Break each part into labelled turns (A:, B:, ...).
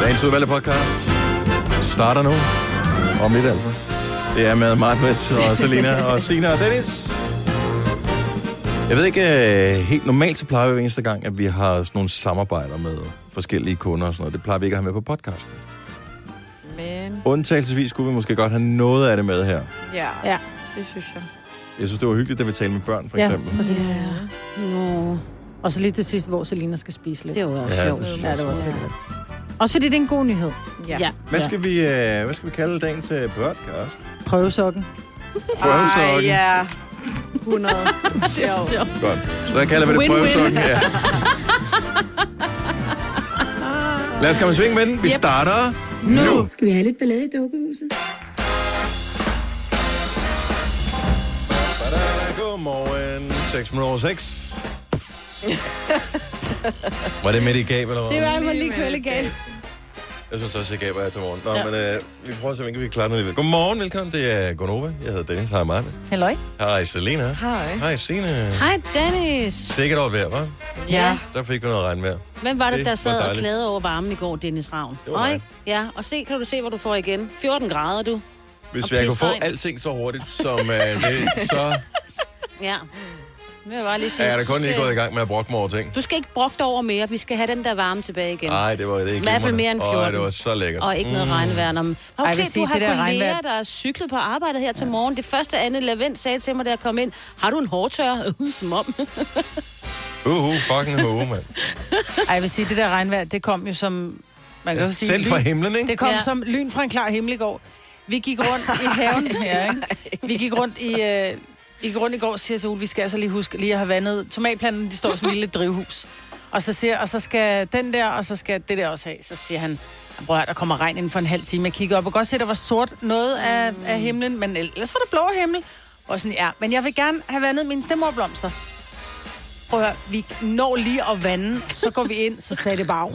A: Dagens udvalgte podcast starter nu. Om lidt altså. Det er med Margrit og Selina og Sina og Dennis. Jeg ved ikke, øh, helt normalt så plejer vi hver eneste gang, at vi har sådan nogle samarbejder med forskellige kunder og sådan noget. Det plejer vi ikke at have med på podcasten.
B: Men
A: Undtagelsesvis kunne vi måske godt have noget af det med her.
B: ja,
C: Ja.
B: det synes jeg.
A: Jeg synes, det var hyggeligt, da vi talte med børn, for
C: Ja.
A: eksempel.
C: Præcis.
D: Ja.
C: Nå. Og så lige til sidst, hvor Selina skal spise lidt.
D: Det var også
A: Ja,
D: sjovt.
A: det synes
C: ja, det var også
D: Ja.
C: lidt. Også fordi det er en god nyhed.
B: Ja.
A: Hvad skal, vi, øh, hvad skal vi kalde dagen til podcast?
C: Prøvesokken.
A: Prøvesokken.
B: Ej, ja. 100. det er jo.
A: Godt. Så der kalder vi det
C: Win-win.
A: prøvesokken her. Lad os komme i sving med den. Vi starter nu. nu.
E: Skal vi have lidt ballade i dukkehuset?
A: Godmorgen. 6 minutter over 6. Var det midt i gab, eller hvad?
C: Det var mig lige kvælde galt.
A: Jeg synes også, jeg gaber her til morgen. Nå, ja. men øh, vi prøver at se, om ikke vi kan klare noget lidt. Godmorgen, velkommen. Det er Gonova. Jeg hedder Dennis. Hej, Martin.
C: Halløj.
A: Hej, Selena.
B: Hej.
A: Hej, Signe.
D: Hej, Dennis.
A: Sikkert over vejr, hva'?
D: Ja.
A: Der fik vi noget regn med.
D: Hvem var det,
A: Det
D: der
A: var
D: sad og
A: dejligt.
D: klagede over varmen i går, Dennis Ravn?
A: Det var mig.
D: Oj. Ja, og se, kan du se, hvor du får igen? 14 grader, du.
A: Hvis
D: Og
A: jeg kunne få
D: pissregn.
A: alting så hurtigt, som øh, det, så
D: Ja. Det vil jeg bare lige sige.
A: er jeg da
D: Du
A: kun lige
D: skal-
A: gået i gang med at brokke mig over ting.
D: Du skal ikke brokke dig over mere. Vi skal have den der varme tilbage igen.
A: Nej, det var det ikke.
D: I hvert fald mere end 14.
A: Åh, det var så lækkert.
D: Og ikke noget mm. regnvejr. Når... Har
C: Ej,
D: du
C: jeg vil
D: set,
C: sige,
D: du har
C: det der
D: kolleger,
C: regnvejr-
D: der er cyklet på arbejde her til morgen. Det første, Anne Lavendt sagde til mig, da jeg kom ind, har du en hårtørre? Som om.
A: Uhu, fucking ho, mand.
C: Ej, jeg vil sige, det der regnvejr, det kom jo som... Man kan jo sige,
A: Selv fra
C: lyn-
A: himlen, ikke?
C: Det kom
D: Ja.
C: ja. som lyn fra en klar himmel i går. Vi gik rundt i haven her, ikke? Vi gik rundt i... Øh, vi gik rundt i går og siger til Ole, vi skal altså lige huske lige at have vandet. Tomatplanterne, de står i sådan en lille drivhus. Og så, siger, og så skal den der, og så skal det der også have. Så siger han, "Jamen, prøv at høre, der kommer regn inden for en halv time. Jeg kigger op og godt se, der var sort noget af, af himlen, men ellers var det blå himmel. Og sådan, ja, men jeg vil gerne have vandet mine stemmerblomster. Prøv at høre, vi når lige at vande, så går vi ind, så sagde det bare...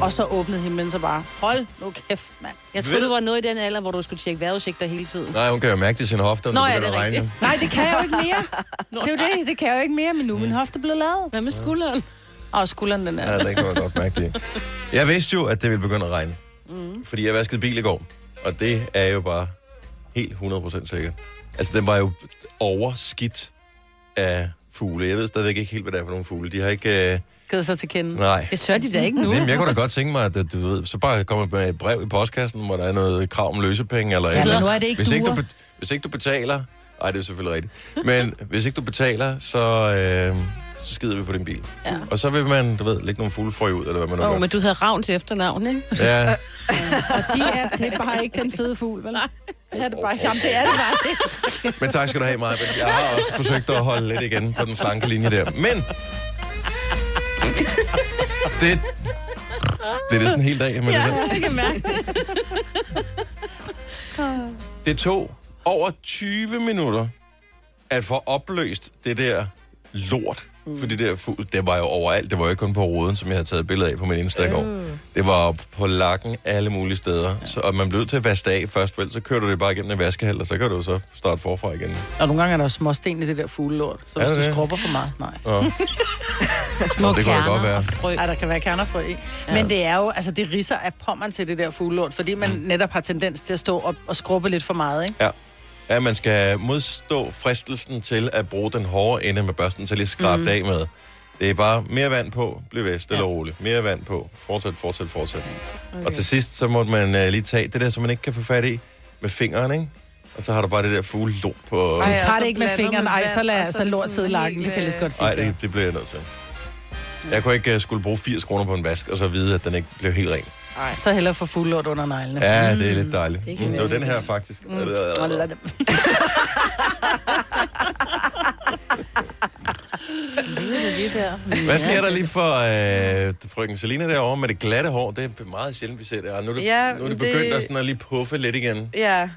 C: Og så åbnede himlen så bare, hold nu kæft, mand.
D: Jeg
A: Ved-
D: tror, du var noget i den alder, hvor du skulle tjekke vejrudsigter hele tiden.
A: Nej, hun kan jo mærke det i sine hofter, når
D: Nå,
A: det
D: ja,
A: begynder
D: det
A: at
D: er
A: regne.
D: rigtigt.
C: Nej, det kan jeg jo ikke mere. Det er jo det, det kan jeg jo ikke mere, men nu er
A: Mm.
C: min hofte blevet lavet.
D: Hvad med skulderen?
C: Og skulderen, den
A: Ja,
C: er.
A: det kan man godt mærke det. Jeg vidste jo, at det ville begynde at regne. Mm. Fordi jeg vaskede bil i går. Og det er jo bare helt 100% sikkert. Altså, den var jo overskidt af fugle. Jeg ved stadigvæk ikke helt, hvad det er for nogle fugle. De har ikke... Øh,
C: Givet sig til
D: Mm.
C: kende.
A: nej.
D: Det tør de da ikke nu.
A: Jamen, jeg kunne da godt tænke mig, at du ved, så bare kommer med et brev i postkassen, hvor der er noget krav om løsepenge eller
C: men
A: eller.
C: nu er det ikke
A: hvis ikke, du,
C: duer.
A: be- hvis ikke du betaler... Ej, det er selvfølgelig rigtigt. Men hvis ikke du betaler, så, øh, så skider vi på din bil. Ja. Og så vil man, du ved, lægge nogle fuglefrø ud, eller hvad man nu
D: Åh,
A: gør.
D: oh, men du hedder Ravn til efternavn, ikke?
A: Ja,
C: Og de er, det er bare ikke den fede fugl, vel? Det er det bare. Jamen, det er det bare.
A: men tak skal du have, Maja. Jeg har også forsøgt at holde lidt igen på den slanke linje der. Men... Det... Det er det sådan en hel dag, men ja.
D: jeg kan mærke det.
A: det tog over 20 minutter at få opløst det der lort. Mm. For det der fugl, det var jo overalt. Det var jo ikke kun på ruden, som jeg havde taget billeder af på min Insta i går. Det var på lakken alle mulige steder. Mm. Ja. Så, og man blev nødt til at vaske det af først, vel, så kører du det bare igennem en vaskehal, og så kan du så starte forfra igen.
C: Og nogle gange er der jo småsten i det der fuglelort, så
A: Er der
C: hvis du
A: det?
C: skrubber for meget, nej.
D: Små
A: Nå, det kunne da
D: kerner
A: godt være.
D: og frø.
C: Ej, der kan være kernefrø i. Men det er jo, altså det risser af pommeren til det der fuglelort, fordi man netop har tendens til at stå op og skrubbe lidt for meget, ikke?
A: Ja. Ja, man skal modstå fristelsen til at bruge den hårde ende med børsten til at lige skrabe mm. det af med. Det er bare mere vand på, bliv ved, stille ja. og roligt. Mere vand på, fortsæt, fortsæt, fortsæt. Okay. Og til sidst, så måtte man uh, lige tage det der, som man ikke kan få fat i, med fingeren, ikke? Og så har du bare det der fugle lort på...
C: Du
B: Ej, og
C: tager
B: så
C: det ikke med
B: blandet
C: fingeren,
B: med
C: ej,
B: vand,
C: så
B: og
C: lader
B: så
C: så
B: er det
C: lort
B: sådan
C: sidde i lakken,
B: helt,
C: det kan jeg lige så godt sige
A: Nej,
C: til dig.
A: det, det bliver jeg nødt til. Jeg kunne ikke uh, skulle bruge 80 kroner på en vask, og så vide, at den ikke blev helt ren.
C: Så hellere få fuglelort under neglene.
A: Ja, det er lidt dejligt.
B: Det
A: Det,
B: kan
A: mm, det var
B: være
A: den her, faktisk. Mm.
C: Og lad dem.
A: Hvad sker der lige for øh, frøken Selina derovre med det glatte hår? Det er meget sjældent, vi ser det. Og nu er det, ja,
B: Ja,
A: nu er det
B: det-
A: begyndt det... At, sådan at lige puffe lidt igen.
B: Ja.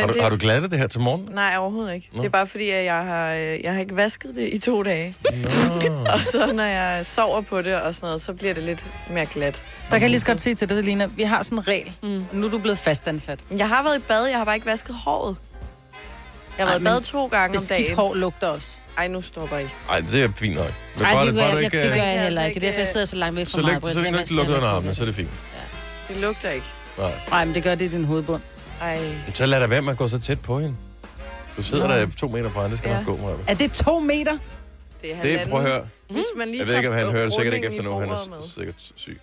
A: har, du,
B: det,
A: har du glattet det her til morgen?
B: Nej, overhovedet ikke. Det er bare fordi, at jeg har, øh, jeg har ikke vasket det i to dage. og så når jeg sover på det og sådan noget, så bliver det lidt mere glat.
C: Der kan jeg lige så godt sige til dig, Lina, vi har sådan en regel. Mm. Nu er du blevet fastansat.
B: Jeg har været i bad, jeg har bare ikke vasket håret. Jeg har
C: Ej,
B: været i bad
C: men
B: to gange om
C: Beskidt
B: dagen.
C: hår lugter også.
B: Ej, nu stopper I.
A: Nej, det er fint nok. Men
D: Ej,
A: bare,
D: det,
A: det,
D: gør
A: bare, du
D: jeg,
A: ikke,
D: det gør
A: øh,
D: jeg
B: altså
D: heller ikke. Det er derfor, jeg
B: ikke-
D: sidder så langt væk fra
A: så
D: mig.
A: længe, så længe du ikke lukker under armene, så er det fint.
B: øh, Det lugter ikke.
A: Nej.
C: Nej, men det gør det i din hovedbund.
B: Ej.
A: Men Så lad da være med at gå så tæt på hende. Du sidder
C: Nå.
A: der to meter fra hende, det skal
B: Ja.
A: nok gå, Maja.
C: Er det to meter?
B: Det er
A: Det er,
B: halvanden.
A: prøv at høre.
B: Hvis man lige
A: Jeg ved ikke, om han
B: tager
A: hører det sikkert ikke efter nu.
B: rundingen
A: Han
B: i
A: er
B: bordet
A: s- sikkert syg.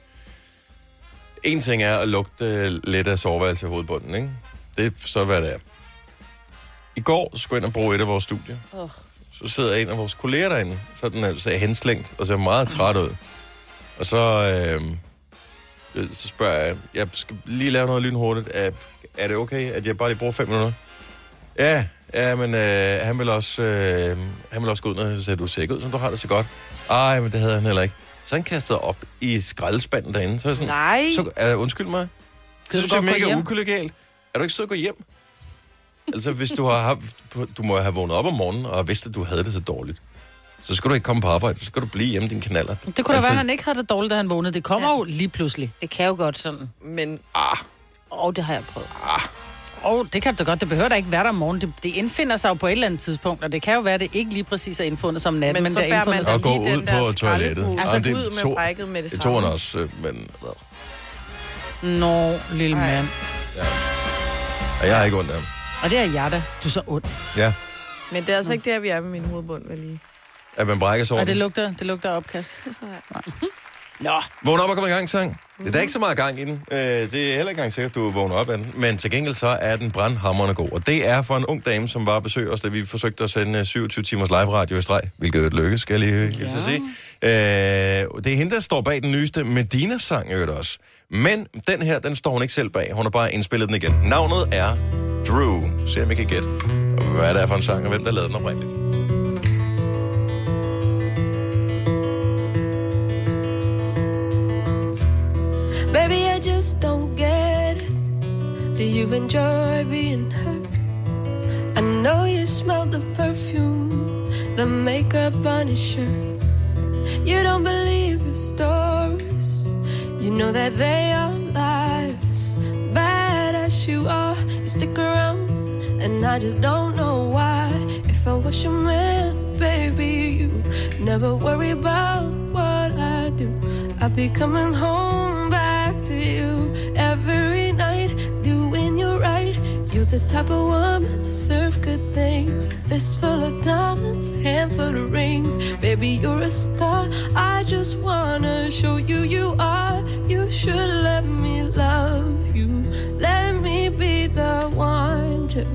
A: En ting er at lugte øh, lidt af soveværelse i hovedbunden, ikke? Det er så, hvad det er. I går skulle jeg ind og bruge et af vores studier.
D: Åh.
A: Så sidder en af vores kolleger derinde. Så er den altså henslængt og ser meget træt ud. Og så, øh, øh, så spørger jeg, jeg skal lige lave noget lynhurtigt. Er, er det okay, at jeg bare lige bruger fem minutter? Ja, ja, men øh, han vil også, øh, han vil også gå ud og sige, du ser ikke ud, som du har det så godt. Ej, men det havde han heller ikke. Så han kastede op i skraldespanden derinde. Så er jeg sådan,
B: Nej.
A: så, uh, undskyld mig. Det synes
C: du
A: jeg er
C: godt gå
A: mega
C: hjem?
A: ukollegialt. Er du ikke sød at gå hjem? altså, hvis du har haft, du må have vågnet op om morgenen og har vidst, at du havde det så dårligt. Så skal du ikke komme på arbejde. Så skal du blive hjemme din kanaler.
C: Det kunne altså... da
A: Altså-
C: være, at han ikke havde det dårligt, da han vågnede. Det kommer ja.
D: Ja.
C: jo lige pludselig.
D: Det kan jo godt sådan.
B: Men
A: Ah.
D: Åh, oh, det har jeg prøvet.
C: Og oh, det kan det da godt. Det behøver da ikke være der om morgenen. Det, det indfinder sig jo på et eller andet tidspunkt, og det kan jo være, at det ikke lige præcis er indfundet som
B: Men
C: natten, men, men
B: så
C: det er
B: bærer man
C: indfundet som...
A: Og
B: Altså,
A: gå
B: lige
A: ud
B: den der
A: på toilettet.
B: skraldepose.
A: Ej,
B: Altså,
A: men det
B: ud med brækket med det
A: Det tog han
B: samme.
A: også, øh, men... øh,
C: Nå, lille
B: Ej.
C: mand.
A: Og jeg har ikke ondt af ham.
C: Og det er jeg da. Du er så ond.
A: Ja,
B: Men det er altså ikke der, vi er med min hovedbund, vel lige.
A: at man brækker sig over
C: Og det
A: den.
C: lugter, det lugter af opkast. Nå,
A: Vågn op og kom i gang, sang. Det er da ikke så meget gang i den. Øh, det er heller ikke engang sikkert, at du vågner op af den. Men til gengæld så er den brandhammerende god. Og det er for en ung dame, som var besøg os, da vi forsøgte at sende øh, 27 timers live radio i streg. Hvilket jo lykkedes, skal jeg lige øh, hilse at sige. Øh, det er hende, der står bag den nyeste Medina-sang i øvrigt også. Men den her, den står hun ikke selv bag. Hun har bare indspillet den igen. Navnet er Drew. Se om I kan gætte, hvad det er for en sang, og hvem der lavede den oprindeligt.
E: Baby, I just don't get it. Do you enjoy being hurt? I know you smell the perfume, the makeup on your shirt. You don't believe your stories. You know that they are lies. Bad as you are, you stick around, and I just don't know why. If I was your man, baby, you never worry about what I do. I'll be coming home back to you every night, doing you right. You're the type of woman to serve good things. Fistful of diamonds, handful of rings. Baby, you're a star. I just wanna show you you are. You should let me love you. Let me be the one to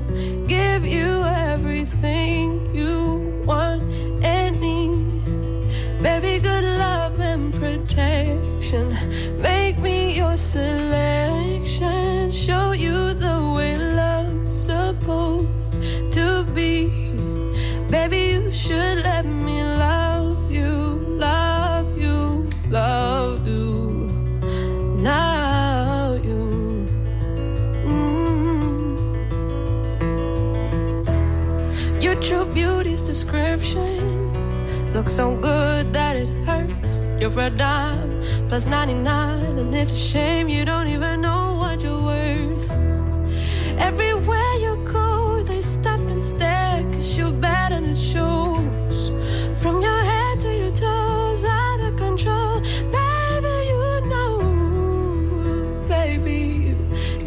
E: give you everything you want and need. Baby, good love and protection. Make me your selection. Show you the way love's supposed to be. Baby, you should let me love you, love you, love you, love you. Mm-hmm. Mm. Your true beauty's description look so good that it hurts. You're a dime plus 99, and it's a shame you don't even know what you're worth. Everywhere you go, they stop and stare, cause you're bad and it shows. From your head to your toes, out of control. Baby, you know, baby, you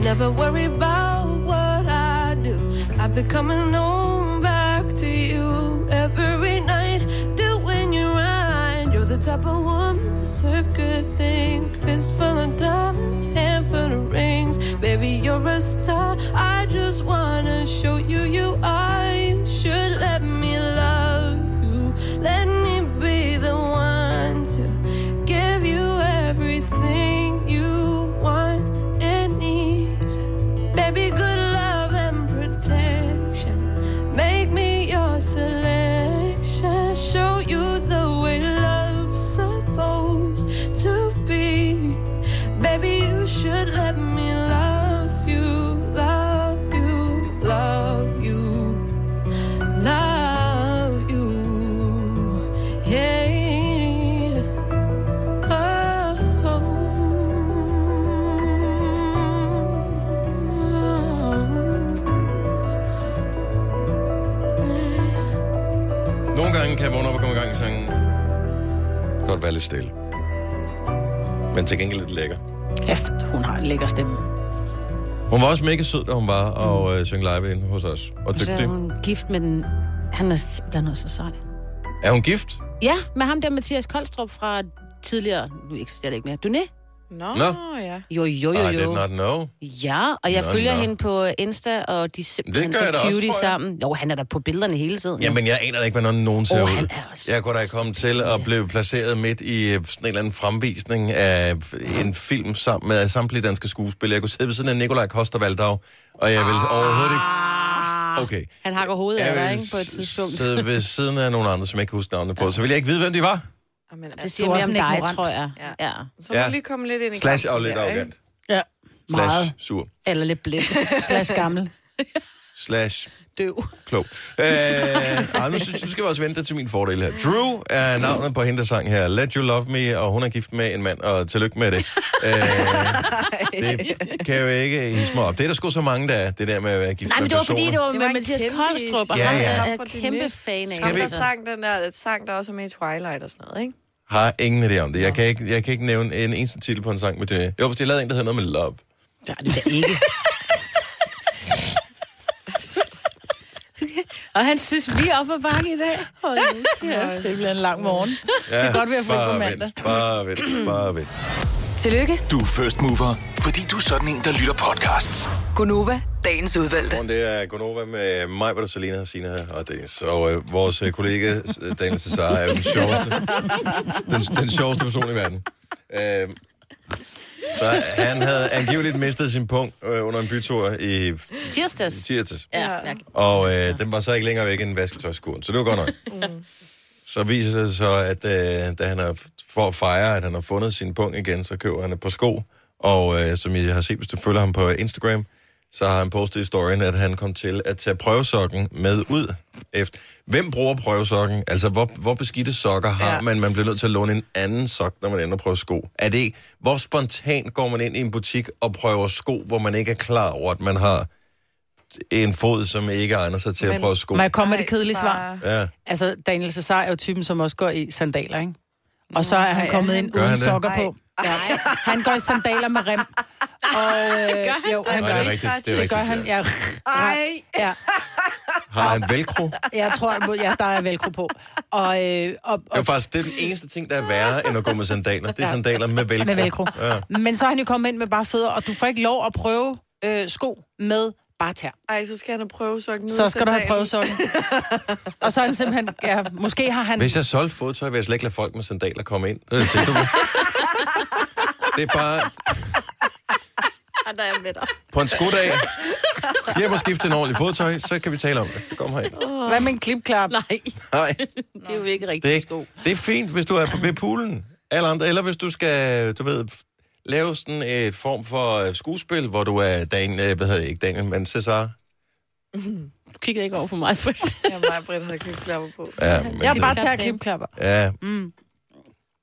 E: never worry about what I do. I've been coming home back to you every night, doing you right. You're the type of woman to serve good things, fistful of diamonds, handful of rings. Baby, you're a star. I just wanna show you you are. You should let me love you. Let me be the one to give you everything you want and need. Baby, good love and protection. Make me your selection. Show you the way love's supposed to be. Baby, you should let me love you, love you, love you, love you. Yeah.
A: Nogle gange kan jeg vågne op og komme i gang i sangen. Godt være lidt stille. Men til gengæld lidt lækker.
C: Kæft, hun har en lækker stemme.
A: Hun var også mega sød, da hun var og øh, søng live ind hos os. Og
D: Så er
A: dygtig.
D: hun gift med den... Han er simpelthen også så sej.
A: Er hun gift?
D: Ja, med ham der Mathias Koldstrup fra tidligere... Nu eksisterer det ikke mere. Duné?
B: Nå,
A: Nå.
B: Nå. ja.
D: Jo, jo, jo,
A: I did
D: jo.
A: not know.
D: Ja, og jeg
A: Nå,
D: følger
A: nå.
D: hende på Insta, og de er simpelthen
A: gør
D: så
A: jeg da også,
D: cutie
A: tror jeg.
D: sammen. Jo, han er der på billederne hele tiden.
A: Jamen, jeg aner da ikke, hvordan nogen ser
D: Åh,
A: ud.
D: han er også-
A: Jeg kunne da komme til at blive placeret midt i øh, sådan en eller anden fremvisning af en film sammen med samtlige danske skuespillere. Jeg kunne sidde ved siden af Nikolaj Koster-Valdau, og jeg
D: Ah.
A: ville overhovedet ikke... Okay.
D: Han hakker hovedet af dig,
A: Jeg
D: ikke, på et
A: s-
D: tidspunkt.
A: sidde ved siden af nogle andre, som jeg ikke husker navnene på. Så ville jeg ikke vide, hvem de var.
B: Amen,
D: Det
B: altså,
D: siger
C: Du er
D: mere
C: også
D: om
C: en
D: dig,
C: ignorant.
D: tror jeg.
B: Ja.
D: Ja.
B: så må
A: Ja.
B: vi lige komme lidt ind i
A: Slash
B: kampen
A: og lidt
B: der, ikke?
A: arrogant.
C: Ja. Meget.
A: Slash sur.
D: Eller lidt blind.
C: Slash gammel.
A: Slash
D: Døv.
A: klog. Øh, ej, nu, synes, nu skal vi også vente til min fordel her. Drew er navnet på hende, der sang her. Let You Love Me, og hun er gift med en mand, og tillykke med det. Øh, det kan jo ikke hisse mig op. Det er der sgu så mange, der er, det der med at være gift
D: Nej,
A: med
D: men det var fordi,
A: personer.
D: det var
B: Det
D: med
B: var en
D: Mathias
B: kæmpe-
D: Koldstrup, og
A: Ja,
D: ham
A: ja.
D: er
B: Fra
D: jeg kæmpe
B: Dennis.
D: fan af.
A: Skal
B: Ham,
A: vi-
B: der sang den der, et sang, der også er med i Twilight og sådan noget, ikke?
A: Har ingen idé om det. Jeg kan ikke, jeg kan ikke nævne en eneste titel på en sang med det. Jo, hvis de lavede en, der hedder noget med Love.
D: Det er det da ikke. og han synes, vi er oppe ad bakke i dag.
C: Ja, det bliver en lang morgen.
A: Ja, det
C: er godt, vi har fri på
A: bare
C: mandag.
A: Vent, bare vent, bare vent.
F: Tillykke.
G: Du er first mover, fordi du er sådan en, der lytter podcasts.
F: Gunova, dagens udvalgte.
A: Godmorgen, det er Gonova med mig, hvor der Selina, Sina og Dennis. Og øh, vores øh, kollega, øh, Daniel Cesar, er jo den sjoveste, den, den sjoveste person i verden. Øh, så han havde angiveligt mistet sin punkt øh, under en bytur i
D: Tirsdags.
A: tirsdags.
D: Ja, mærkeligt.
A: Og øh, den var så ikke længere væk end vasketøjskuren, så det var godt nok. Så viser det så, at øh, da han er for at fejre, at han har fundet sin pung igen, så køber han et par sko. Og øh, som I har set, hvis du følger ham på Instagram, så har han postet i storyen, at han kom til at tage prøvesokken med ud. Efter. Hvem bruger prøvesokken? Altså, hvor, hvor beskidte sokker har ja.
B: Ja.
A: man? Man bliver nødt til at låne en anden sok, når man ender at prøve sko. Er det, hvor spontant går man ind i en butik og prøver sko, hvor man ikke er klar over, at man har en fod, som ikke egner sig til at
B: Men-
A: prøve sko?
C: Må jeg komme med det
B: Nej,
C: kedelige svar?
B: bare-
A: Ja.
C: Altså, Daniel Cesar er jo typen, som også går i sandaler, ikke? Og så er han kommet ind
A: Gør han
C: uden
A: det?
C: sokker på.
B: Ej.
C: Ja. Han går i sandaler med rem. Og, øh, jo, han
A: Nej,
C: gør
A: det er
C: det.
A: rigtigt. Det, er
C: Det gør
A: rigtigt,
C: han.
A: ja.
C: Ja,
B: Ej.
C: ja.
A: Har han velcro?
C: Jeg tror, at ja, der er velcro på. Og, øh, og,
A: Det er
C: og
A: faktisk det er den eneste ting, der er værre, end at gå med sandaler. Det er sandaler med velcro.
C: med velcro. Men så er han jo kommet ind med bare fødder, og du får ikke lov at prøve øh, sko med bare tær.
B: Ej, så skal han have prøvesokken ud
C: Så
B: af
C: skal du have
B: sandalen.
C: prøvesokken. og så er han simpelthen... Ja, måske har han...
A: Hvis jeg solgte fodtøj, ville jeg slet ikke lade folk med sandaler komme ind. Øh, tænkte du det? det er bare...
D: Og der er med dig.
A: På en skodag, hjem og skifte en ordentlig fodtøj, så kan vi tale om det. Kom herind.
C: Hvad med en klipklap?
D: Nej,
A: Nej,
D: det er jo ikke rigtig
A: det,
D: sko.
A: det er fint, hvis du er på ved poolen. Eller, andre, eller hvis du skal, du ved, lave sådan et form for øh, skuespil, hvor du er Daniel, øh, hvad hedder det, ikke Daniel, men Cesar.
D: Du kigger ikke over på mig, for eksempel.
B: Ja, mig og Britt havde klipklapper på.
A: Ja, men,
C: Jeg er bare tær klipklapper.
A: Ja. Mm.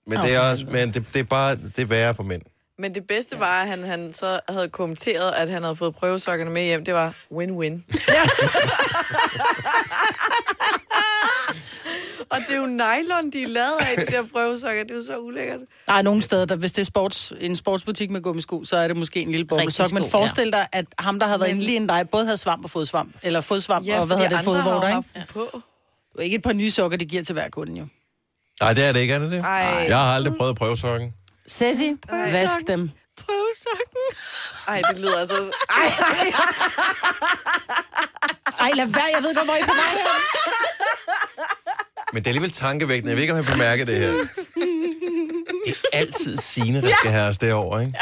A: Men, det er også, men det, det er bare, det er værre for mænd.
B: Men det bedste var, at han, han så havde kommenteret, at han havde fået prøvesokkerne med hjem. Det var win-win. og det er jo nylon, de er lavet af, de der prøvesokker. Det er jo så ulækkert.
C: Der er nogle steder, der, hvis det er sports, en sportsbutik med gummisko, så er det måske en lille
D: Rigtig
C: bobbelsok. Men
D: sko,
C: forestil dig, at ham, der havde været inde lige inden dig, både havde svamp og fodsvamp. Eller fodsvamp ja, og hvad hedder det, fodvorter, ikke?
B: ikke? på.
C: Det er Ikke et par nye sokker, det giver til hver kunde jo.
A: Nej, det er det ikke, er det det?
B: Ej.
A: Jeg har aldrig prøvet at prøve sokken.
C: Sessi, vask dem.
D: Prøvesokken.
B: Ej, det lyder altså... Ej,
C: Ej, lad være, jeg ved godt, hvor I er på vej hen.
A: Men det er alligevel tankevækkende. Jeg ved ikke, om jeg bemærker det her. Det er altid Signe, der skal have os derovre, ikke?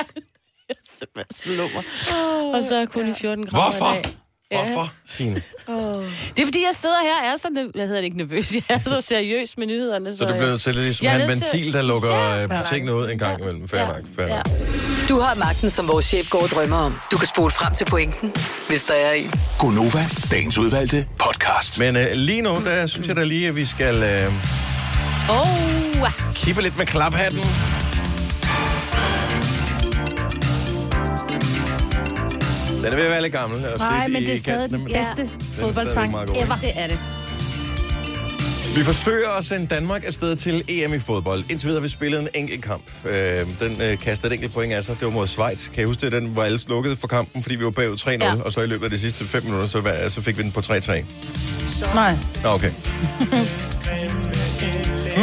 D: Sebastian Lummer. Og så er kun i 14 grader i
A: Hvorfor?
D: dag.
A: Hvorfor, Signe?
D: Det er fordi, jeg sidder her og er så, nerv- jeg hedder det ikke nervøs, jeg er så seriøs med nyhederne.
A: Så du bliver nødt til lidt ligesom
D: Jeg er
A: en
D: nødt til-
A: ventil, der lukker
D: Ja.
A: ja, tingene ud en gang imellem. Fair nok, fair
D: Ja.
A: nok.
F: Du har magten, som vores chef går og drømmer om. Du kan spole frem til pointen, hvis der er en.
G: Gonova, dagens udvalgte podcast.
A: Men øh, lige nu, der synes jeg da lige, at vi skal øh,
D: Oh,
A: kippe lidt med klaphatten. Den er ved at være lidt gammel. og slidt i kanten, men-
D: bedste
A: fodboldsang meget god, ikke?
D: Det er det.
A: Vi forsøger at sende Danmark afsted til EM i fodbold. Indtil videre har vi spillet en enkelt kamp. Øh, den øh, kastede et enkelt point af sig. Det var mod Schweiz. Kan I huske det? Den var alle slukket for kampen, fordi vi var bagud 3-0. Ja.
D: Ja.
A: Og så i løbet af de sidste 5 minutter, så, var, så fik vi den på 3-3.
C: Nej.
A: Nå, okay.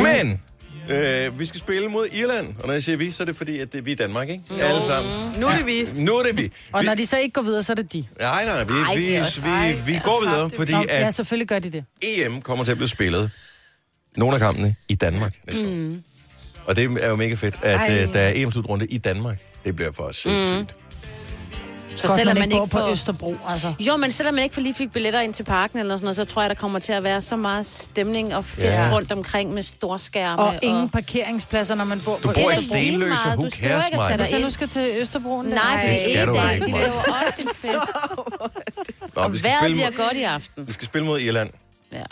A: Men øh, vi skal spille mod Irland. Og når jeg siger vi, så er det fordi, at det er vi i Danmark, ikke? Alle sammen.
B: Nu er det vi.
A: Nu er det vi.
C: Og
A: vi
C: når de så ikke går videre, så er det de.
A: Nej, nej, vi,
D: Ej,
A: vi,
D: det er også-
A: vi, vi går videre, fordi
C: Nå,
A: at
C: ja, selvfølgelig gør de det.
A: EM kommer til at blive spillet, nogle af kampene, i Danmark næste mm. år. Og det er jo mega fedt, at uh, der er EM-slutrunde i Danmark. Det bliver for sindssygt. Mm.
D: Så
C: Godt,
D: selvom
C: man
D: man
C: ikke går
D: ikke
C: på
D: får...
C: Østerbro, altså.
D: Jo, men selvom man ikke for lige fik billetter ind til parken eller sådan noget, så tror jeg, der kommer til at være så meget stemning og fest
A: Ja.
D: ja. rundt omkring med storskærme.
C: Og ingen parkeringspladser, når man bor på
A: Du bor i
D: da
C: Østerbro.
D: lige
A: Stenløse,
D: meget.
A: who
D: Du skal jo
A: cares,
D: ikke tage
A: Maja?
D: dig
C: Så
D: ind.
C: nu skal til Østerbro.
D: Nej,
C: Nej.
D: for det
A: skal
D: er
A: du
D: ikke
A: ikke,
D: det bliver jo også en fest.
A: Nå, vi, skal
D: Vejret
A: spille,
D: bliver
A: mod-
D: godt i aften.
A: vi skal spille mod Irland.
D: Ja.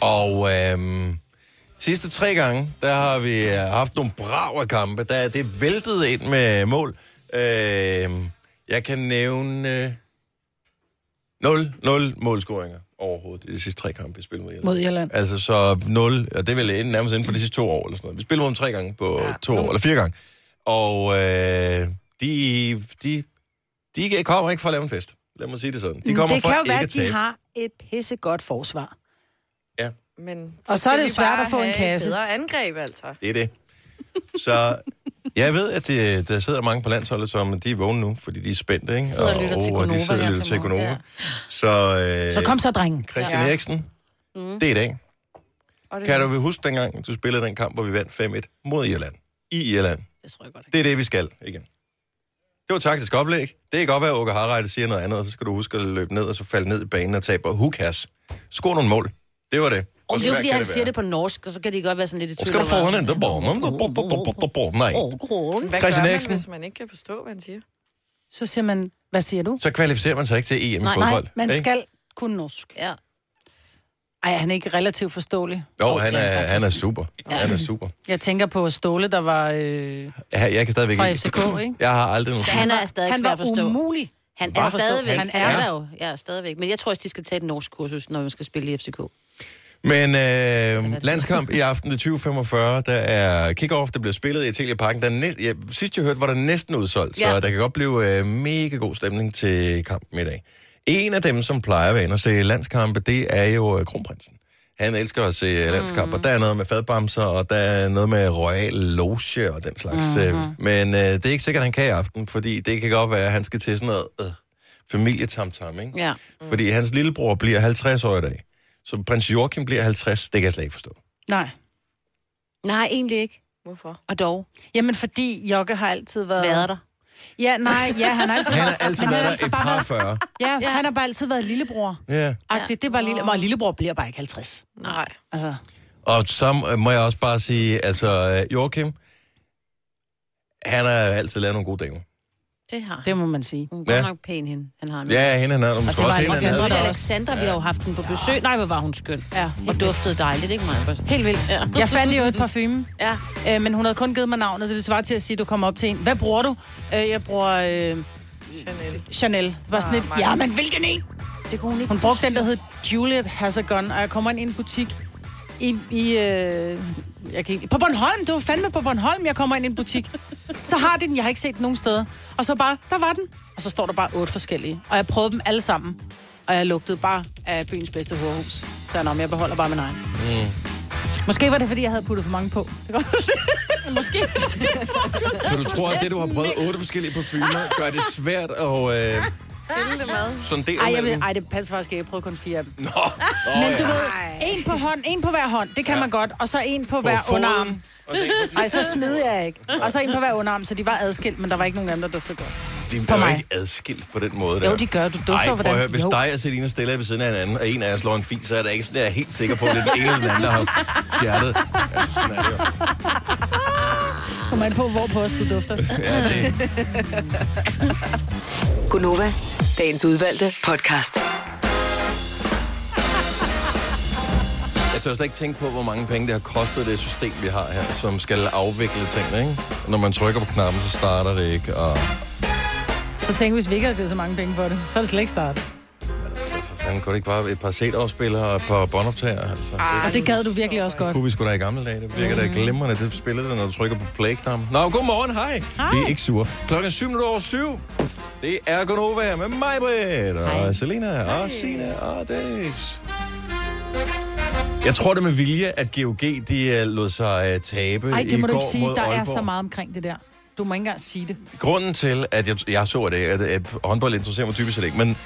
A: Og øhm, sidste tre gange, der har vi øh, haft nogle brave kampe. Der er det væltet ind med mål. Øhm, jeg kan nævne øh, 0, 0 målscoringer overhovedet i de sidste tre kampe, vi spillede mod Irland.
C: Mod Irland.
A: Altså så 0, og det er vel inden, nærmest inden for de sidste to år eller sådan noget. Vi spillede mod dem tre gange på ja, to år, eller fire gange. Og øh, de, de, de kommer ikke for at lave en fest. Lad mig sige det sådan. De kommer
C: Mm, det
A: for
C: kan jo
A: ikke
C: være,
A: at
C: at de
A: tabe.
C: har et pissegodt forsvar.
A: Ja.
B: Men
C: Og så er
B: skal
C: det jo
B: vi
C: svært
B: bare
C: at få en
B: have et
C: kasse.
B: bedre angreb, altså.
A: Det er det. Så jeg ved, at det, der sidder mange på landsholdet, som de er vågne nu, fordi de er spændte, ikke?
D: Sidder og lytter til
A: og de
D: Gonova
A: sidder og
D: her
A: lytter
D: til
A: til
D: morgen,
A: Gonova.
D: ja.
A: Så, øh,
C: Så kom så, drengen.
A: Christian ja. Eriksen, mm. det er i dag.
B: Og det,
A: Kan du huske dengang, du spillede den kamp, hvor vi vandt 5-1 mod Irland? I Irland.
D: Det tror jeg godt.
A: Det er det, vi skal igen. Det var taktisk oplæg. Det kan godt være, at Åke Harreide siger noget andet, og så skal du huske at løbe ned, og så falde ned i banen og tabe. Og who cares? Skor nogle mål. Det var det.
D: Og det er
A: svært
D: jo fordi,
A: kan
D: han siger
A: være?
D: det på norsk, og så kan de godt være sådan lidt i
A: Og
D: tvivl.
A: skal du få
D: over-
A: hånden der bom, Nej.
D: Åh, kronen.
B: hvad gør
A: Christian
B: man,
A: Eriksen?
B: hvis man ikke kan forstå, hvad han siger?
C: Så siger man, hvad siger du?
A: Så kvalificerer man sig ikke til EM i
D: Nej, nej,
A: fodbold.
C: Man
A: ikke?
C: skal kunne norsk.
D: Ja.
C: Ej, han er ikke relativt forståelig.
A: Jo, han
D: det er
A: er,
D: faktisk-
A: han er super. Han er super.
C: Jeg tænker på Ståle, der var øh,
A: Jeg, jeg kan stadigvæk
C: fra
A: ikke...
C: FCK, ikke?
A: Jeg har aldrig nogen...
D: Han er stadig
C: Han
D: svær at
C: var
D: forstå.
C: umulig.
D: Han
C: Hva?
D: er stadigvæk.
C: Han
D: Han
C: er-
D: er der jo. Ja, stadigvæk. Men jeg tror også, de skal tage et norsk kursus, når man skal spille i FCK.
A: Men øh, landskamp i aften det er 20.45, der er kick-off, der bliver spillet i Italia Parken. Der er næ- ja, sidst jeg hørte, var der næsten udsolgt, ja. så
D: Ja.
A: der kan godt blive øh, mega god stemning til kampen i dag. En af dem, som plejer at være inde og se landskampe, det er jo øh, kronprinsen. Han elsker at se øh, landskamp, mm. og der er noget med fadbamser, og der er noget med royal loge og den slags. Mm.
D: Mhm.
A: Men øh, det er ikke sikkert, han kan i aften, fordi det kan godt være, at han skal til sådan noget øh, familietamtam, ikke?
D: Ja.
A: Fordi hans lillebror bliver 50 år i dag. Så prins Joachim bliver 50. Det kan jeg slet ikke forstå.
C: Nej.
D: Nej, egentlig ikke.
B: Hvorfor?
D: Og dog.
C: Jamen, fordi Jokke har altid været...
D: Været der.
C: Ja, nej, ja, han har altid
A: Han
C: været...
A: har altid
C: men han
A: været
C: har
A: der
C: altid
A: et
C: bare
A: par
C: været-
A: 40.
C: Ja, ja, han har bare altid været lillebror.
A: Ja.
C: Ja. Det er bare lille... Og lillebror bliver bare ikke 50.
B: Nej.
C: Altså,
A: Og så øh, må jeg også bare sige, altså øh, Joachim, han har altid lavet nogle gode damer.
D: Det har han.
C: det må man sige.
D: Hun er
A: Ja.
D: godt nok pæn hende, han har nu.
A: Ja, hende han havde nogle.
C: Og
A: Også
C: det
A: hende,
C: var
A: han
C: Alexander,
A: havde.
D: Alexandra,
C: der
D: der
C: også.
D: Alexandra, vi har jo haft hende på besøg. Nej, hvor var hun skøn.
C: Ja.
D: Og duftede dejligt, ikke mig?
C: Helt vildt. Ja. Jeg fandt jo et parfume,
D: Ja.
C: øh, men hun havde kun givet mig navnet. Det svarer til at sige, at du kommer op til en. Hvad bruger du? Øh, jeg bruger øh,
B: Chanel.
C: Chanel. Det var sådan
B: Ah,
C: et,
B: mig.
C: ja, men hvilken en?
D: Det kunne hun ikke.
C: Hun brugte den, der hed Juliet Has a Gun, og jeg kommer ind i en butik i... i øh, jeg kan ikke, på Bornholm, det var fandme på Bornholm, jeg kommer ind i en butik. Så har de den, jeg har ikke set den nogen steder. Og så bare, der var den. Og så står der bare otte forskellige. Og jeg prøvede dem alle sammen. Og jeg lugtede bare af byens bedste hovedhus. Så jeg, "Nå, men jeg beholder bare min egen. Mm. Måske var det, fordi jeg havde puttet for mange på. Det kan godt være. Måske.
A: Så du tror, at det, du har prøvet otte forskellige parfumer, gør det svært at øh,
B: Skille det med.
A: sondere
C: Ej, jeg ved,
A: mellem dem?
C: ej, det passer faktisk ikke. Jeg prøvede kun fire af dem.
A: Nå, Nå
C: Men
A: ja.
C: du ved, en på hånd, en på hver hånd, det kan man godt. Og så en på,
A: På
C: hver
A: foden,
C: underarm.
A: og det-
C: Nej, så smed jeg ikke. Og så en på hver underarm, så de var adskilt, men der var ikke nogen af dem, der dufter godt.
A: De
C: På
A: er jo
C: mig.
A: ikke adskilt på den måde. Der.
C: Jo, de gør. Du dufter,
A: Ej, prøv
C: hvordan-
A: at høre. Hvis
C: Jo.
A: dig og Selina stiller ved siden af hinanden, og en af jer slår en fis, så er der ikke sådan, jeg er helt sikker på, at det er den ene eller den anden, der har fjertet. Altså, sådan er det jo.
C: Kom an på, hvor på os du dufter.
A: Ja, det.
F: Gunova, dagens udvalgte podcast.
A: Jeg tør slet ikke tænke på, hvor mange penge det har kostet det system, vi har her, som skal afvikle tingene, ikke? Og Når man trykker på knappen, så starter det ikke, og...
C: Så tænk, hvis vi ikke havde givet så mange penge for det, så er det slet ikke startet.
A: Altså, for Han kunne det ikke bare et par CD-afspillere og et par båndoptager. Altså.
C: Og det gad du virkelig også godt. Mm.
A: kunne vi sgu da i gamle dage. Det virker da glimrende. Det spillede det, når du trykker på play-knappen. Nå, godmorgen. Hej. hej. Vi er ikke sure. Klokken er syv minutter over syv. Det er Gonova her med mig, Britt, og Selena, og Sina og Dennis. Jeg tror, det er med vilje, at GOG de øh, lod sig øh, tabe
C: Nej, det må
A: i
C: du
A: går
C: ikke sige.
A: mod
C: Der er
A: Aalborg.
C: så meget omkring det der. Du må ikke engang sige det.
A: Grunden til, at jeg, jeg så det, at, at håndbold interesserer mig typisk set ikke, men,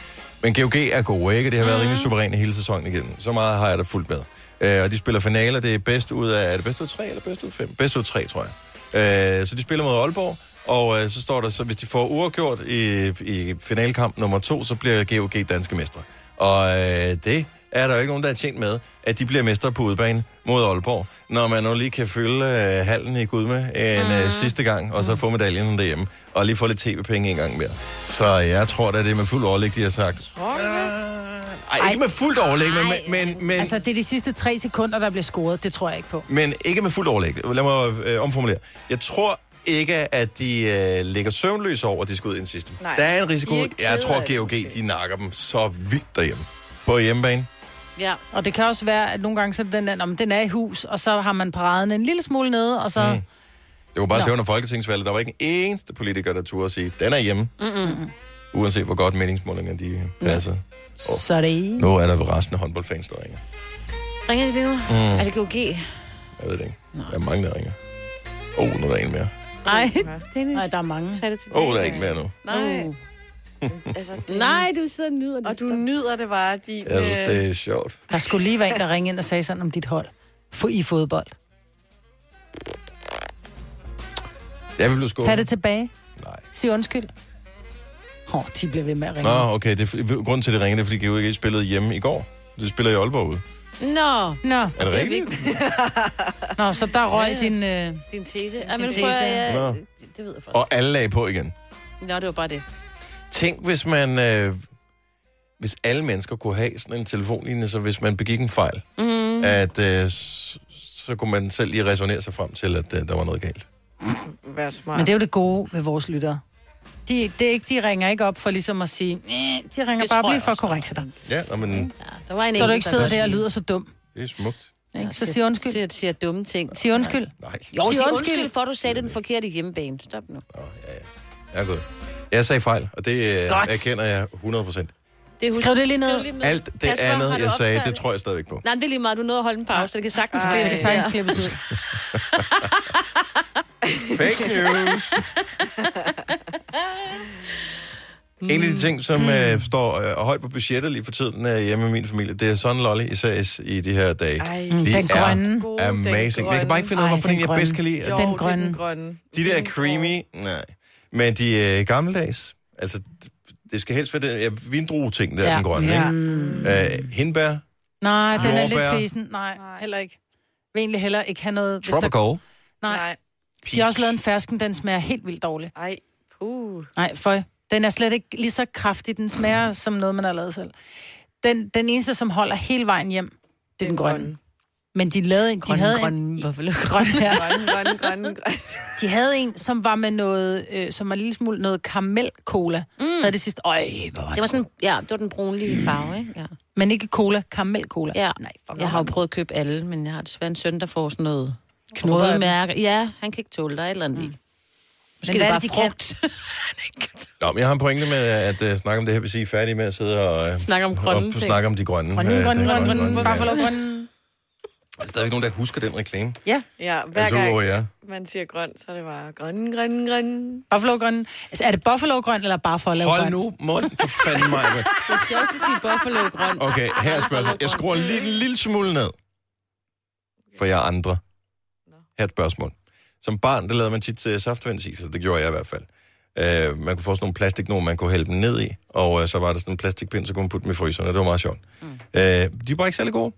A: men GOG er gode, ikke? Det har været rimelig suveræn hele sæsonen igen. Så meget har jeg da fulgt med. Øh, og de spiller finaler, det er bedst ud af, er det bedst ud af tre eller bedst ud af fem? Bedst ud af tre, tror jeg. Øh, så de spiller mod Aalborg, og øh, så står der så, hvis de får uafgjort i, i finalkamp nummer to, så bliver GOG danske mestre. Og øh, det er der jo ikke nogen, der er tjent med, at de bliver mestre på udebane mod Aalborg, når man nu lige kan fylde øh, halen i Gudme en
B: Mm.
A: øh, sidste gang, og så få medaljen derhjemme, og lige få lidt tv-penge en gang mere. Så jeg tror da, det er med fuld overlæg, de har sagt.
B: Tror du det?
A: Ej, ikke med fuldt overlæg, men, men, men, men,
C: Altså, det er de sidste tre sekunder, der bliver scoret. Det tror jeg ikke på.
A: men ikke med fuldt overlæg. Lad mig øh, omformulere. Jeg tror ikke, at de øh, ligger søvnløse over, at de skal ud i den sidste.
B: Nej.
A: Der er en risiko.
B: De er kede
A: jeg
B: af det,
A: tror, GOG,
B: måske.
A: de nakker dem så vildt derhjemme. På hjemmebane.
D: Ja.
C: Og det kan også være, at nogle gange, så er det den, der, om den er i hus, og så har man paraden en lille smule nede, og så... Mm.
A: Jeg kunne bare
C: Nå.
A: se under folketingsvalget, der var ikke en eneste politiker, der turde at sige, den er hjemme. Mm-mm. Uanset hvor godt meningsmålingerne de passer.
C: Så er det i.
A: Nu er der resten af håndboldfans, der ringer.
D: Ringer de det nu? Mm. Er det GOG?
A: Jeg ved det ikke. Der er mange, der ringer. Åh, oh, nu er der en mere.
D: Nej,
C: Dennis. Nej, der er mange.
D: tag
A: Åh,
D: det tilbage.
A: oh, der er en mere nu.
D: Nej.
B: Altså, det
D: Nej, du sidder og nyder det.
B: Og du nyder det bare, din...
A: Jeg synes,
B: øh,
A: det er sjovt.
C: Der skulle lige være en, der ringede ind og sagde sådan om dit hold. For i fodbold.
A: Jeg vil blive skuffet.
C: Tag det tilbage.
A: Nej.
C: Sig undskyld. Hå, de bliver ved med at ringe.
A: Nå, okay. Det er, f- grunden til, at det ringer, det er, fordi GOG ikke spillede hjemme i går. De spiller i Aalborg ude.
D: Nå,
C: Nå,
A: Er det
D: Det er
A: rigtigt?
C: nå så der røg din... Øh...
D: din tese. Ja, men
C: tese,
D: prøv
C: ja.
D: at...
A: Nå.
D: Ja. Det ved jeg faktisk.
A: Og alle lagde på igen.
D: Nå, det var bare det.
A: Tænk, hvis man... Øh, hvis alle mennesker kunne have sådan en telefonlinje, så hvis man begik en fejl, mm. at øh, s- så kunne man selv lige resonere sig frem til, at øh, der var noget galt.
B: Vær smart.
C: Men det er jo det gode ved vores lyttere. De, det er ikke, de ringer ikke op for ligesom at sige, "Næh," de ringer
D: Det
C: bare
D: tror
C: lige
D: jeg
C: for at
D: også.
C: korrekte dig.
A: Ja, nå, men
D: Ja, der var en
C: Så du
D: enkelt,
C: ikke sidder
D: godt
C: der og
D: lige-
C: lyder så dum.
A: det er smukt.
C: Ikke? Så sig undskyld.
D: Siger, siger dumme ting.
C: Sig undskyld.
A: Nej.
C: Jo,
D: Sig
C: sig
D: undskyld,
C: undskyld.
D: for at du sagde den forkerte hjemmebane. Stop nu.
A: Jeg er gået. Jeg sagde fejl, og det øh,
C: Godt.
A: erkender jeg 100%.
D: Det
C: Skriv det lige ned.
A: Alt det
D: Kasper, har
A: andet,
D: du
A: jeg sagde, det
D: optaget
A: tror jeg stadigvæk på.
D: Nej, men det er lige meget. Du nåede at holde en pause, så det kan sagtens
B: Ej.
D: klippes.
C: Det kan sagtens klippes ud.
A: Fake news. En af de ting, som øh, står øh, højt på budgettet lige for tiden øh, hjemme med min familie, det er sådan lolly, især is- i de her dage.
B: Ej,
C: Mm.
A: de
B: den
A: er
C: grønne.
B: God, den
A: amazing. Jeg kan bare ikke finde ud af,
C: grønne.
A: hvorfor
C: Ej,
A: den, jeg
C: den
A: bedst kan
C: grønne.
A: lide.
B: Jo,
C: Den
B: det er
C: grønne.
B: Den grønne.
A: De der creamy, nej. Men de øh, gammeldags, altså, d- det skal helst være den ja, vindrueting, der ja.
C: Ja.
A: den grønne,
C: Ja.
A: ikke? Øh, hindbær,
C: Nej, den er lidt
A: Jordbær.
C: fesen. Nej, heller ikke. Vil egentlig heller ikke have noget... hvis Der...
A: tropical,
C: Nej,
B: Nej.
C: de har også lavet en fersken, den smager helt vildt dårligt.
B: Ej, uh, puh.
C: Nej, for den er slet ikke lige så kraftig. Den smager som noget, man har lavet selv. Den, den eneste, som holder hele vejen hjem, det er den grønne. Men de, lavede, en- de havde en-
D: Hvorfor
C: grøn her.
B: Grønne, grønne, grønne, grønne.
C: De havde en, som var med noget, øh, som var en lille smule noget karamel-cola. Mm. Havde det sidste, øj, hvor var
D: Det var sådan, ja, det var den brunlige farve, ikke? Ja.
C: det- Men ikke cola, karamel-cola.
D: ja.
C: Mm. Nej, fuck,
D: jeg har jo prøvet at købe alle, men jeg har desværre en søn, der får sådan noget
C: Knurret af
D: røde
C: dem.
D: mærker. Ja, han kan ikke tåle dig eller andet. Mm. Måske
C: hvad
D: det
C: er
D: bare
C: det, de kan?
D: frugt.
A: Nå, men jeg har en pointe med at uh, snakke om det her, hvis I er færdige med at sidde og, uh,
D: Snakke om grønne
A: og
D: ting.
A: snakke om de grønne.
C: Grønne,
A: øh,
C: grønne,
A: den
C: grønne, grønne,
A: grønne,
C: Bare
A: ja.
C: for lov, grønne.
A: Der er stadigvæk nogen, der husker den reklame.
C: Ja,
B: Ja, hver
A: Jeg så, hvor
B: gang
A: jeg er.
B: man siger grøn, så er det bare grønne, grønne, grønne.
C: buffalo grønne. Altså, er det buffalo grøn eller bare for at lave
A: Hold
C: grøn?
A: nu mund for fanden mig. mand.
D: Det er sjovt at sige buffalo grøn.
A: Okay, her er spørgsmålet. Jeg skruer en lille, lille smule ned. For jeg er andre. Her er et spørgsmål. Som barn, der lavede man tit uh, saftvandsiser. Det gjorde jeg i hvert fald. Uh, man kunne få sådan nogle plastiknogen, man kunne hælde dem ned i. Og uh, så var der sådan en plastikpind, så kunne man putte dem i fryseren. og Det var meget sjovt. Mm. Uh, de var ikke særlig gode.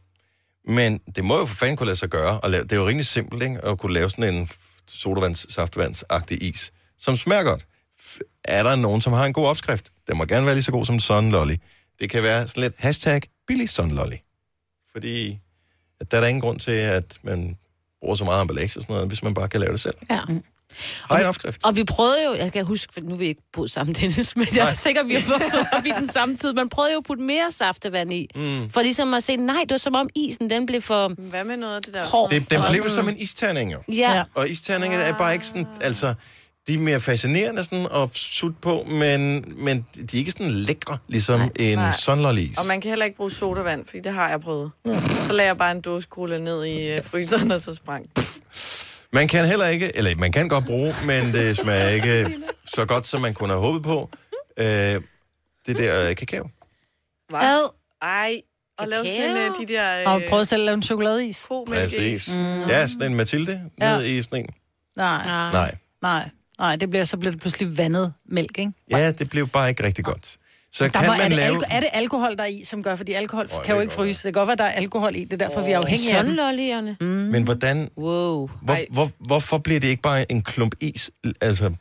A: Men det må jo for fanden kunne lade sig gøre. Og lave, det er jo rimelig simpelt, ikke? At kunne lave sådan en f- sodavands, saftvandsagtig is, som smager godt. F- Er der nogen, som har en god opskrift? Den må gerne være lige så god som Sun Lolly. Det kan være sådan lidt hashtag billig Sun Lolly. Fordi at der er der ingen grund til, at man bruger så meget emballage og sådan noget, hvis man bare kan lave det selv.
D: Ja.
A: Har I en opskrift?
D: Og vi prøvede jo, jeg kan huske, for nu er vi ikke boet sammen, Dennis, men jeg er sikker, vi har vokset op i den samme tid. Man prøvede jo at putte mere saftevand i, mm. for ligesom at se, nej, det var som om isen, den blev for...
B: Hvad med noget af det der?
D: Hår.
A: Det, den blev som en isterning, jo.
D: Ja,
C: Ja.
D: ja.
A: Og isterninger er bare ikke sådan, altså, de er mere fascinerende sådan at sutte på, men, men de er ikke sådan lækre, ligesom nej, en
B: nej.
A: sunlollis.
B: Og man kan heller ikke bruge sodavand, fordi det har jeg prøvet.
A: Mm.
B: Så lagde jeg bare en dåse cola ned i øh, fryseren, og så sprang den.
A: Man kan heller ikke, eller man kan godt bruge, men det smager ikke så godt, som man kunne have håbet på. Øh, det der øh, kakao.
B: Hva?
D: Ad.
B: Ej, og lave sådan øh, de der
C: Og Mm.
B: øh,
C: prøvede selv at lave en chokoladeis?
B: komælkeis.
A: Præcis. Altså, Ja, sådan en Mathilde ned i sådan en.
C: Nej,
A: Nej.
C: nej, nej. Det bliver, så bliver det pludselig vandet mælk, ikke?
A: Ja, det blev bare ikke rigtig godt. Så
C: Der
A: kan
C: må, er,
A: man
C: det
A: lave...
C: alko- er det alkohol, der er i, som gør? Fordi alkohol
A: Åh, jeg
C: kan jo
A: ved
C: ikke
A: godt,
C: fryse. Det kan godt være, der er alkohol i. Det er derfor, vi er afhængige af den.
D: Sundlollierne. Mm.
A: Men hvordan...
D: Wow.
A: Hvor,
B: Ej.
A: hvor, hvorfor bliver det ikke bare en klump is? Altså,